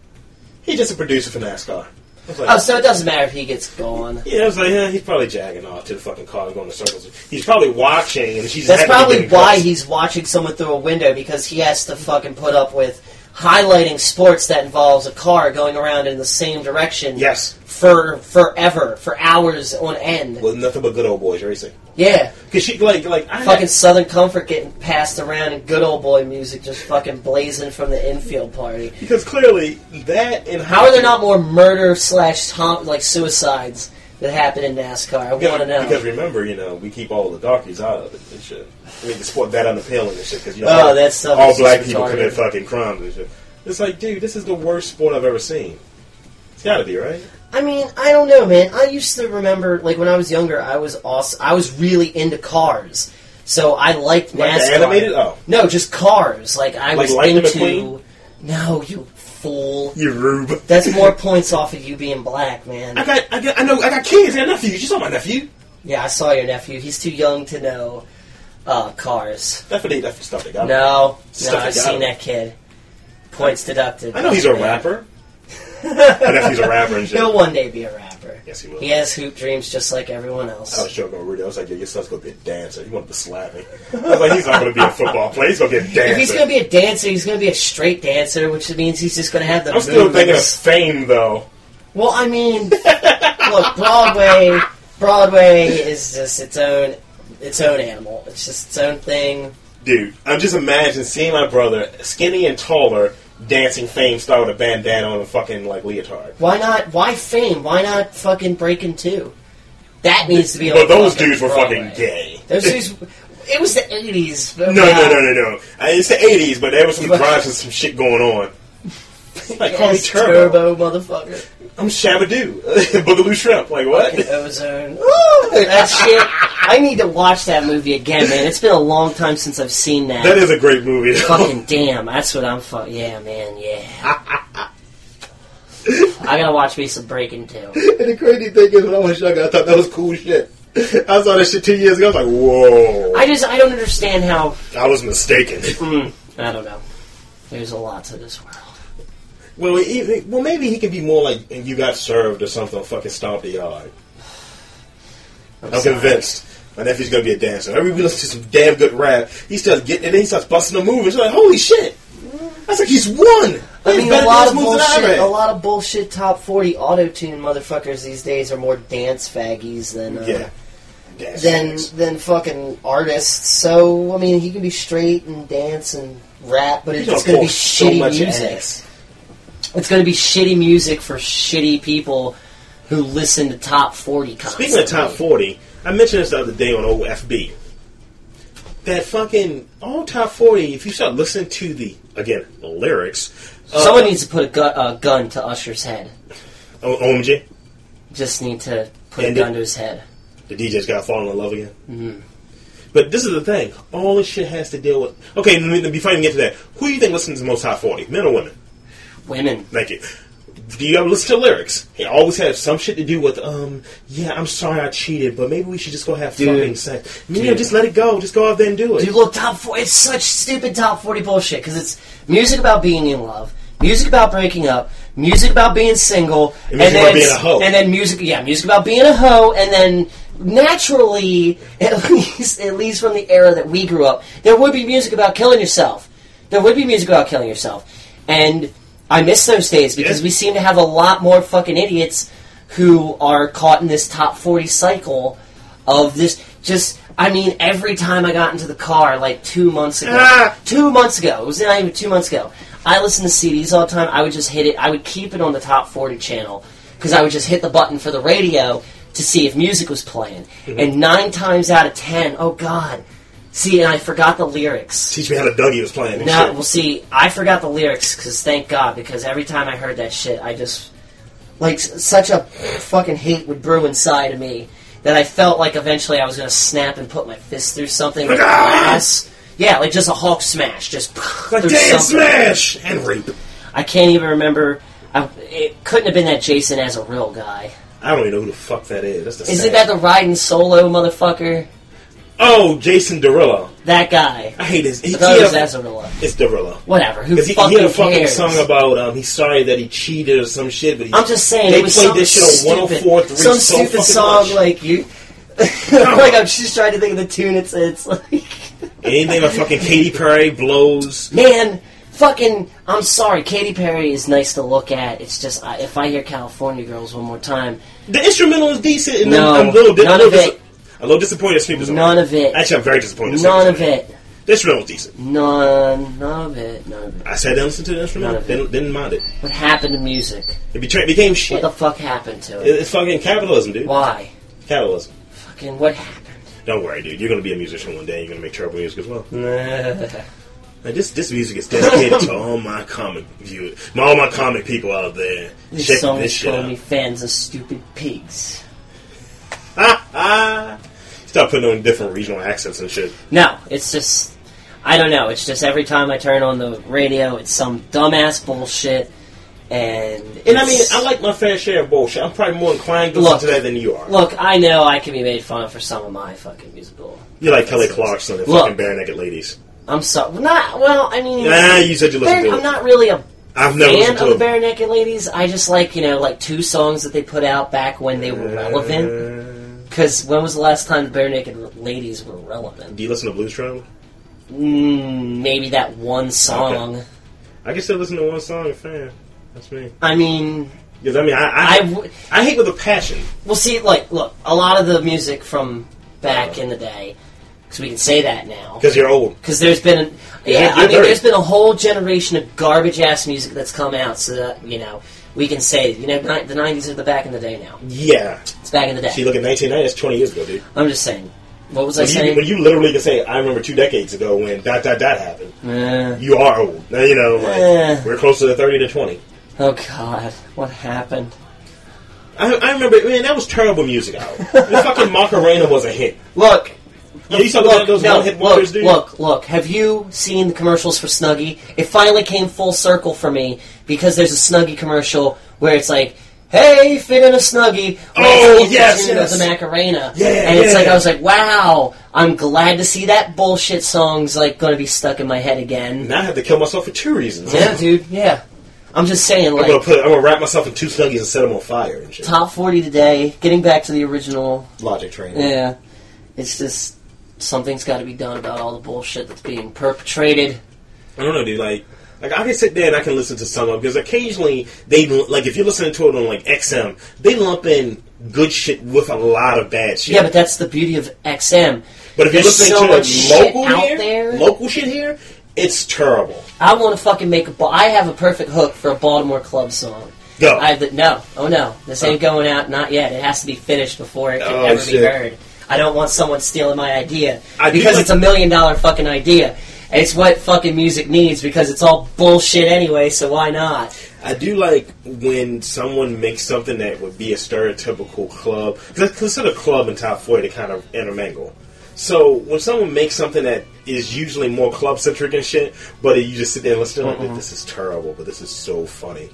S2: he's just a producer for NASCAR. I was like,
S1: Oh, so it doesn't matter if he gets gone.
S2: yeah, I was like, yeah, he's probably jagging off to the fucking car and going to circles. He's probably watching, and she's
S1: That's
S2: happy to
S1: probably
S2: get across.
S1: why he's watching someone through a window because he has to fucking put up with highlighting sports that involves a car going around in the same direction
S2: Yes.
S1: for forever, for hours on end.
S2: Well, nothing but good old boys racing.
S1: Yeah.
S2: Cause she like like I
S1: Fucking Southern Comfort getting passed around and good old boy music just fucking blazing from the infield party.
S2: because clearly that and
S1: How are there not more murder slash tom- like suicides that happen in NASCAR? I want to know.
S2: Because remember, you know, we keep all the darkies out of it and shit. I mean, the sport that unappealing and shit. Because you know,
S1: Oh,
S2: all,
S1: that stuff
S2: all
S1: is
S2: black
S1: just
S2: people
S1: retarded.
S2: commit fucking crimes and shit. It's like, dude, this is the worst sport I've ever seen. It's got to be right.
S1: I mean, I don't know, man. I used to remember, like when I was younger, I was also I was really into cars, so I liked NASCAR.
S2: Like the animated. Oh,
S1: No, just cars. Like I
S2: Like
S1: was
S2: Lightning
S1: into.
S2: McQueen?
S1: No, you fool.
S2: you rube.
S1: That's more points off of you being black, man.
S2: I got, I got, I know, I got kids and nephews. You saw my nephew.
S1: Yeah, I saw your nephew. He's too young to know uh, cars.
S2: That's what they, that's the stuff they got.
S1: No, no,
S2: Stuff
S1: I've
S2: you got.
S1: seen that kid. Points deducted.
S2: I know he's
S1: (laughs)
S2: a rapper. my nephew's a rapper and shit.
S1: He'll one day be a rapper.
S2: Yes, he will. Oh,
S1: He has hoop dreams just like everyone else.
S2: I was joking with Rudy. I was like, yeah, your son's gonna be a dancer. He wanted to slap me. I was like, he's not gonna be a football player. He's gonna be a dancer.
S1: If he's going to be a dancer, he's going to be a straight dancer, which means he's just going to have the
S2: I'm still
S1: moves.
S2: thinking of fame though.
S1: Well, I
S2: (laughs)
S1: mean, look, Broadway, Broadway is just its own, its own animal. It's just its own thing.
S2: Dude, I'm just imagining seeing my brother, skinny and taller, dancing fame star with a bandana on a fucking like leotard.
S1: Why not? Why fame? Why not fucking breaking two? That needs to be.
S2: But
S1: on
S2: those
S1: fucking
S2: dudes were
S1: Broadway.
S2: fucking gay.
S1: Those dudes. It was the eighties.
S2: No, no, no, no, no. I- It's the '80s, but there was some
S1: But-
S2: grunge and some shit going on. (laughs) Like call me
S1: Yes,
S2: Turbo.
S1: turbo motherfucker.
S2: I'm Shabadoo, (laughs) Boogaloo Shrimp. Like (laughs) what?
S1: Fucking ozone. Woo! that shit. I need to watch that movie again, man. It's been a long time since I've seen that.
S2: (laughs) That is a great movie. though.
S1: fucking damn. That's what I'm. Fu- yeah, man. Yeah. I gotta watch me some Breaking Two.
S2: (laughs) And the crazy thing is, when I was younger, I thought that was cool shit. I saw that shit two years ago. I was like, whoa,
S1: I just I don't understand how.
S2: I was mistaken. (laughs)
S1: Mm, I don't know. There's a lot to this world.
S2: Well, even, well, maybe he could be more like and you got served or something. Fucking stomp the yard. I'm
S1: sorry.
S2: convinced my nephew's gonna be a dancer. Every we listen to some damn good rap, he starts getting it. Then he starts busting a move. It's like, holy shit! That's like he's won.
S1: I
S2: He's
S1: mean, a
S2: better
S1: lot of
S2: than those moves that I
S1: bullshit.
S2: read.
S1: A lot of bullshit. Top forty auto tune motherfuckers these days are more dance faggies than uh,
S2: Yeah. Dance
S1: than
S2: moves.
S1: than fucking artists. So I mean, he can be straight and dance and rap, but
S2: He's
S1: it's,
S2: gonna
S1: going to
S2: pull
S1: be
S2: so
S1: shitty
S2: much
S1: music.
S2: ass.
S1: It's going to be shitty music for shitty people who listen to top forty. Constantly.
S2: Speaking of top forty, I mentioned this the other day on OFB. That fucking all top forty. If you start listening to the again lyrics, uh,
S1: someone needs to put a gu- a gun to Usher's head.
S2: O- OMG,
S1: Just need to put
S2: And
S1: a gun
S2: it-
S1: to his head.
S2: the DJ's got to fall in love again.
S1: Mm-hmm.
S2: But this is the thing. All this shit has to deal with. Okay, let me- before I even get to that, who do you think listens to the most top forty, men or women?
S1: Women.
S2: Thank you. Do you ever listen to lyrics? It always has some shit to do with, um, yeah, I'm sorry I cheated, but maybe we should just go have
S1: Dude.
S2: fucking sex. You know,
S1: Dude.
S2: just let it go. Just go out there and do it.
S1: Dude, look, top four. It's such stupid top forty bullshit because it's music about being in love, music about breaking up, music about being single, and,
S2: music
S1: then
S2: about being a hoe.
S1: and then music, yeah, music about being a hoe, and then naturally, (laughs) at least at least from the era that we grew up, there would be music about killing yourself. There would be music about killing yourself, and I miss those days because
S2: Yeah.
S1: we seem to have a lot more fucking idiots who are caught in this top 40 cycle of this just I mean every time I got into the car like 2 months ago
S2: Ah!
S1: 2 months ago it was not even 2 months ago I listened to CDs all the time I would just hit it I would keep it on the top 40 channel cuz I would just hit the button for the radio to see if music was playing and 9 times out of 10 oh god see and I forgot the lyrics
S2: Teach me how the Dougie was playing. and
S1: no,
S2: shit.
S1: well, see, I forgot the lyrics because thank God, because every time I heard that shit, I just like s- such a fucking hate would brew inside of me that I felt like eventually I was gonna snap and put my fist through something
S2: (laughs)
S1: with my ass. Yeah, like just a Hulk smash, just (laughs)
S2: Like
S1: through
S2: damn
S1: something.
S2: smash and rape.
S1: I can't even remember. I, it couldn't have been that Jason as a real guy.
S2: I don't even know who the fuck that is. That's the
S1: Isn't
S2: sad-
S1: that the riding solo motherfucker?
S2: Oh, Jason Derulo.
S1: That guy.
S2: I hate his. He,
S1: I thought it was
S2: he-
S1: Azarilla.
S2: it's Derulo.
S1: Whatever. Who
S2: Because he,
S1: fucking
S2: he had a fucking
S1: cares?
S2: song about um, he's sorry that he cheated or some shit. But he,
S1: I'm just saying
S2: they
S1: it was
S2: played
S1: some
S2: this shit on
S1: stupid,
S2: 104.3
S1: some
S2: so
S1: stupid
S2: fucking
S1: song
S2: much.
S1: like
S2: (laughs)
S1: you. (laughs) like I'm just trying to think of the tune. It's it's (laughs) like
S2: anything about fucking Katy Perry blows.
S1: man, Fucking, I'm sorry. Katy Perry is nice to look at. It's just I, if I hear California Girls one more time,
S2: The instrumental is decent, and
S1: No,
S2: I'm, I'm a little, di-
S1: none
S2: a little
S1: of it.
S2: dis- a little disappointed. Snoop is on
S1: None of it.
S2: Actually, I'm very disappointed. Snoop
S1: none
S2: is
S1: of
S2: on
S1: it,
S2: The instrumental was decent.
S1: none, none of it, none of it.
S2: I sat down and listened to the
S1: None
S2: instrumental.
S1: of it.
S2: Didn't, didn't mind it.
S1: What happened to music?
S2: It betra- became
S1: What
S2: shit.
S1: the fuck happened to it?
S2: It- it's fucking capitalism, dude.
S1: Why?
S2: Capitalism.
S1: Fucking what happened?
S2: Don't worry, dude. You're gonna be a musician one day. You're gonna make terrible music as well.
S1: Nah.
S2: Like, this this music is dedicated to all my comic viewers, my, all my comic people out there.
S1: This
S2: Check
S1: song is
S2: this shit
S1: calling me
S2: out.
S1: fans of stupid pigs.
S2: Ha ha! Stop putting on different regional accents and shit.
S1: No, it's just I don't know. It's just every time I turn on the radio, it's some dumbass bullshit. And
S2: And I mean,
S1: it's-
S2: I like my fair share of bullshit. I'm probably more inclined to
S1: Look.
S2: listen to that than you are.
S1: look, I know I can be made fun of for some of my fucking musical.
S2: You're like Kelly Clarkson and
S1: Look.
S2: fucking bare naked ladies.
S1: I'm sorry, not well. I mean,
S2: Nah, you said you
S1: bare-
S2: listened to
S1: I'm
S2: it.
S1: not really a
S2: I've never
S1: fan of
S2: listened
S1: the
S2: to it.
S1: Bare Naked Ladies. I just like you know like two songs that they put out back when they were relevant. Because when was the last time the Bare Naked Ladies were relevant?
S2: Do you listen to Blues Travel?
S1: Mm, maybe that one song.
S2: I can still listen to one song and fan. That's me.
S1: I mean,
S2: Because I mean, I I,
S1: I.
S2: I,
S1: W-
S2: hate with a passion.
S1: Well, see, like, look, a lot of the music from back in the day, because we can say that now,
S2: Because you're old.
S1: because there's been, an, yeah,
S2: you're
S1: I mean,
S2: dirty.
S1: there's been a whole generation of garbage ass music that's come out, so that you know we can say, you know, ni- the '90s are the back in the day now.
S2: Yeah.
S1: It's back in the
S2: See,
S1: day.
S2: look at 1990. That's 20 years ago, dude.
S1: I'm just saying. What was I
S2: When you,
S1: saying?
S2: when you literally can say, "I remember two decades ago when dot dot dot happened,"
S1: Eh.
S2: you are old. Now, you know, like
S1: Yeah.
S2: we're closer to 30 to 20.
S1: oh God, what happened?
S2: I, I remember, man, that was terrible music out. (laughs) the fucking Macarena was a hit.
S1: Look,
S2: Yeah, you saw
S1: look,
S2: those
S1: no,
S2: one-hit
S1: look,
S2: wonders, dude.
S1: look, look. Have you seen the commercials for Snuggie? It finally came full circle for me because there's a Snuggie commercial where it's like, "Hey, fit in a Snuggie." where
S2: Oh,
S1: it's the
S2: yes,
S1: tune of
S2: yes.
S1: the Macarena.
S2: Yeah,
S1: and it's
S2: yeah.
S1: like I was like, "Wow, I'm glad to see that bullshit song's like going to be stuck in my head again."
S2: Now I have to kill myself for two reasons.
S1: Yeah, dude. Yeah, I'm just saying,
S2: I'm gonna
S1: like
S2: put, I'm gonna wrap myself in two snuggies and set them on fire and shit.
S1: top forty today. Getting back to the original,
S2: Logic train.
S1: yeah, it's just something's got to be done about all the bullshit that's being perpetrated.
S2: I don't know, dude. Like, like I can sit there and I can listen to some of because occasionally they like if you're listening to it on like XM, they lump in good shit with a lot of bad shit.
S1: Yeah, but that's the beauty of XM.
S2: But if you're
S1: There's
S2: listening
S1: so
S2: to
S1: much shit
S2: local
S1: out
S2: here,
S1: there.
S2: local shit here, it's terrible.
S1: I want to fucking make a. Ba- I have a perfect hook for a Baltimore club song.
S2: Go.
S1: I have the, no, oh no, this ain't going out, not yet. It has to be finished before it can
S2: Oh,
S1: ever be
S2: shit.
S1: heard. I don't want someone stealing my idea
S2: I do
S1: because
S2: like-
S1: it's a million dollar fucking idea. And It's what fucking music needs because it's all bullshit anyway. So why not?
S2: I do like when someone makes something that would be a stereotypical club. Because I consider club and top forty to kind of intermingle. So when someone makes something that is usually more club centric and shit, but you just sit there and listen to it,
S1: Mm-hmm.
S2: like, this is terrible, but this is so funny.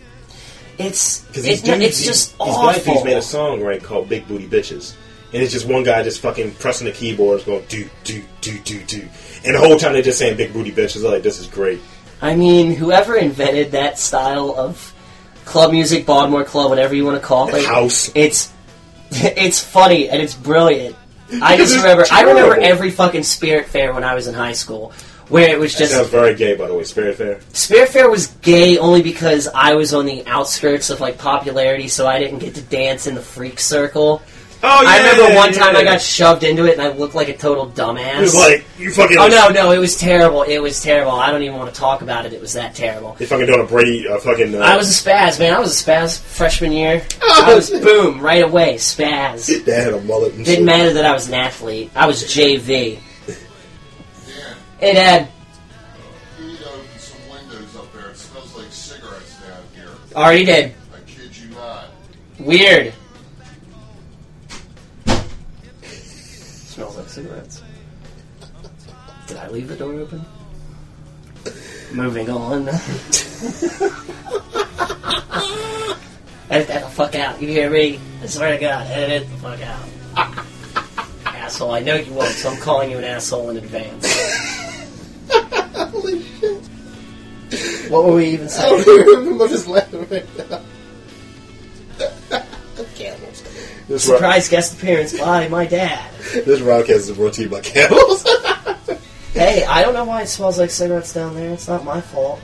S1: It's
S2: Because
S1: it's,
S2: these
S1: not-
S2: dudes,
S1: it's
S2: these,
S1: just
S2: these black
S1: awful.
S2: dudes made a song right called "Big Booty Bitches," and it's just one guy just fucking pressing the keyboards, going do do do do do, and the whole time they're just saying "Big Booty Bitches." I'm like, this is great.
S1: I mean, whoever invented that style of club music, Baltimore club, whatever you want to call it, like,
S2: house.
S1: It's (laughs) it's funny and it's brilliant. I
S2: (laughs) Because
S1: just
S2: it's
S1: remember. I remember
S2: terrible.
S1: every fucking Spirit Fair when I was in high school, where it was
S2: That sounds
S1: just
S2: very gay, by the way. Spirit Fair.
S1: Spirit Fair was gay only because I was on the outskirts of like popularity, so I didn't get to dance in the freak circle.
S2: Oh
S1: I remember one time I got shoved into it and I looked like a total dumbass.
S2: It was like you fucking.
S1: oh no, no, it was terrible. It was terrible. I don't even want to talk about it. It was that terrible.
S2: They fucking doing a Brady uh, fucking. Uh,
S1: I was a spaz, man. I was a spaz freshman year. I was boom right away, spaz.
S2: Dad had a mullet. And shit.
S1: Didn't
S2: (laughs)
S1: matter that I was an athlete. I was JV. It had
S3: You need to open some windows up there. It smells like cigarettes down here.
S1: already did
S3: I kid you not.
S1: weird. Smells like cigarettes. Did I leave the door open? Moving on. Edit that the fuck out. You hear me? I swear to God, edit the fuck out. asshole, I know you won't, so I'm calling you an asshole in advance.
S2: Holy shit!
S1: What were we even saying?
S2: remember. I'm just laughing right now. (laughs)
S1: Camels.
S2: This, ro-
S1: Surprise guest appearance by my dad.
S2: this broadcast is brought to you by Camels. (laughs)
S1: Hey, I don't know why it smells like cigarettes down there. It's not my fault.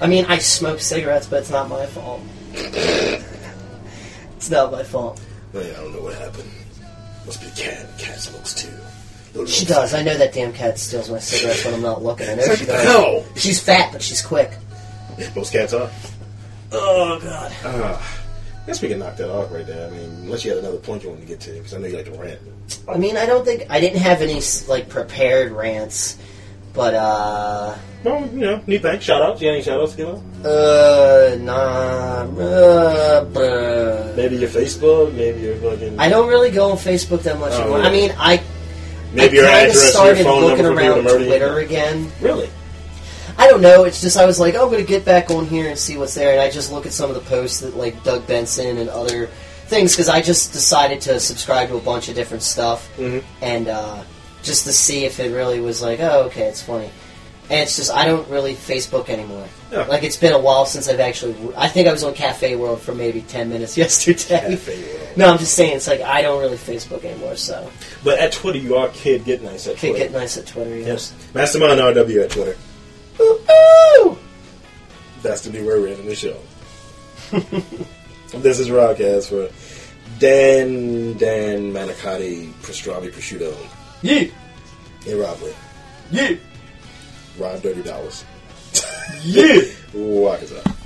S1: I mean, I smoke cigarettes, but it's not my fault. (laughs) it's not my fault.
S2: Man, I don't know what happened. Must be cat. Cat smokes too. Little
S1: She does. I know that damn cat steals my cigarettes when I'm not looking. I know
S2: What
S1: she
S2: the
S1: does.
S2: hell?
S1: She's fat, but she's quick.
S2: Most cats are.
S1: Oh god.
S2: I guess we can knock that off right there. I mean, unless you had another point you wanted to get to, because I know you like to rant.
S1: I mean, I don't think I didn't have any like prepared rants, but uh,
S2: Well, you know, new thing. Shout outs. You got any shout outs to give out?
S1: uh, nah, uh, bruh.
S2: Maybe your Facebook, maybe your fucking.
S1: I don't really go on Facebook that much
S2: Oh,
S1: anymore.
S2: yeah.
S1: I mean, I
S2: maybe
S1: I
S2: your
S1: kinda
S2: address, your
S1: started
S2: phone
S1: looking
S2: number for people to
S1: around
S2: murder you.
S1: Twitter again.
S2: Really?
S1: I don't know. It's just I was like, oh, I'm going to get back on here and see what's there, and I just look at some of the posts that like Doug Benson and other things because I just decided to subscribe to a bunch of different stuff
S2: Mhm.
S1: and uh, just to see if it really was like, oh, okay, it's funny. And it's just I don't really Facebook anymore.
S2: Yeah.
S1: Like it's been a while since I've actually. I think I was on Cafe World for maybe ten minutes (laughs) yesterday.
S2: Cafe World.
S1: no, I'm just saying it's like I don't really Facebook anymore. So
S2: But at Twitter, you are kid get nice at
S1: could
S2: Twitter.
S1: get nice at Twitter. Yeah.
S2: Yes. Mastermind RW at Twitter.
S1: Ooh!
S2: That's the new word we're in the show. (laughs) this is Rockcast for Dan, Dan Manicotti, Pastrami Prosciutto,
S1: Yeah,
S2: and Rob Lee.
S1: yeah,
S2: Rob Dirty Dollars.
S1: yeah.
S2: Walk us up.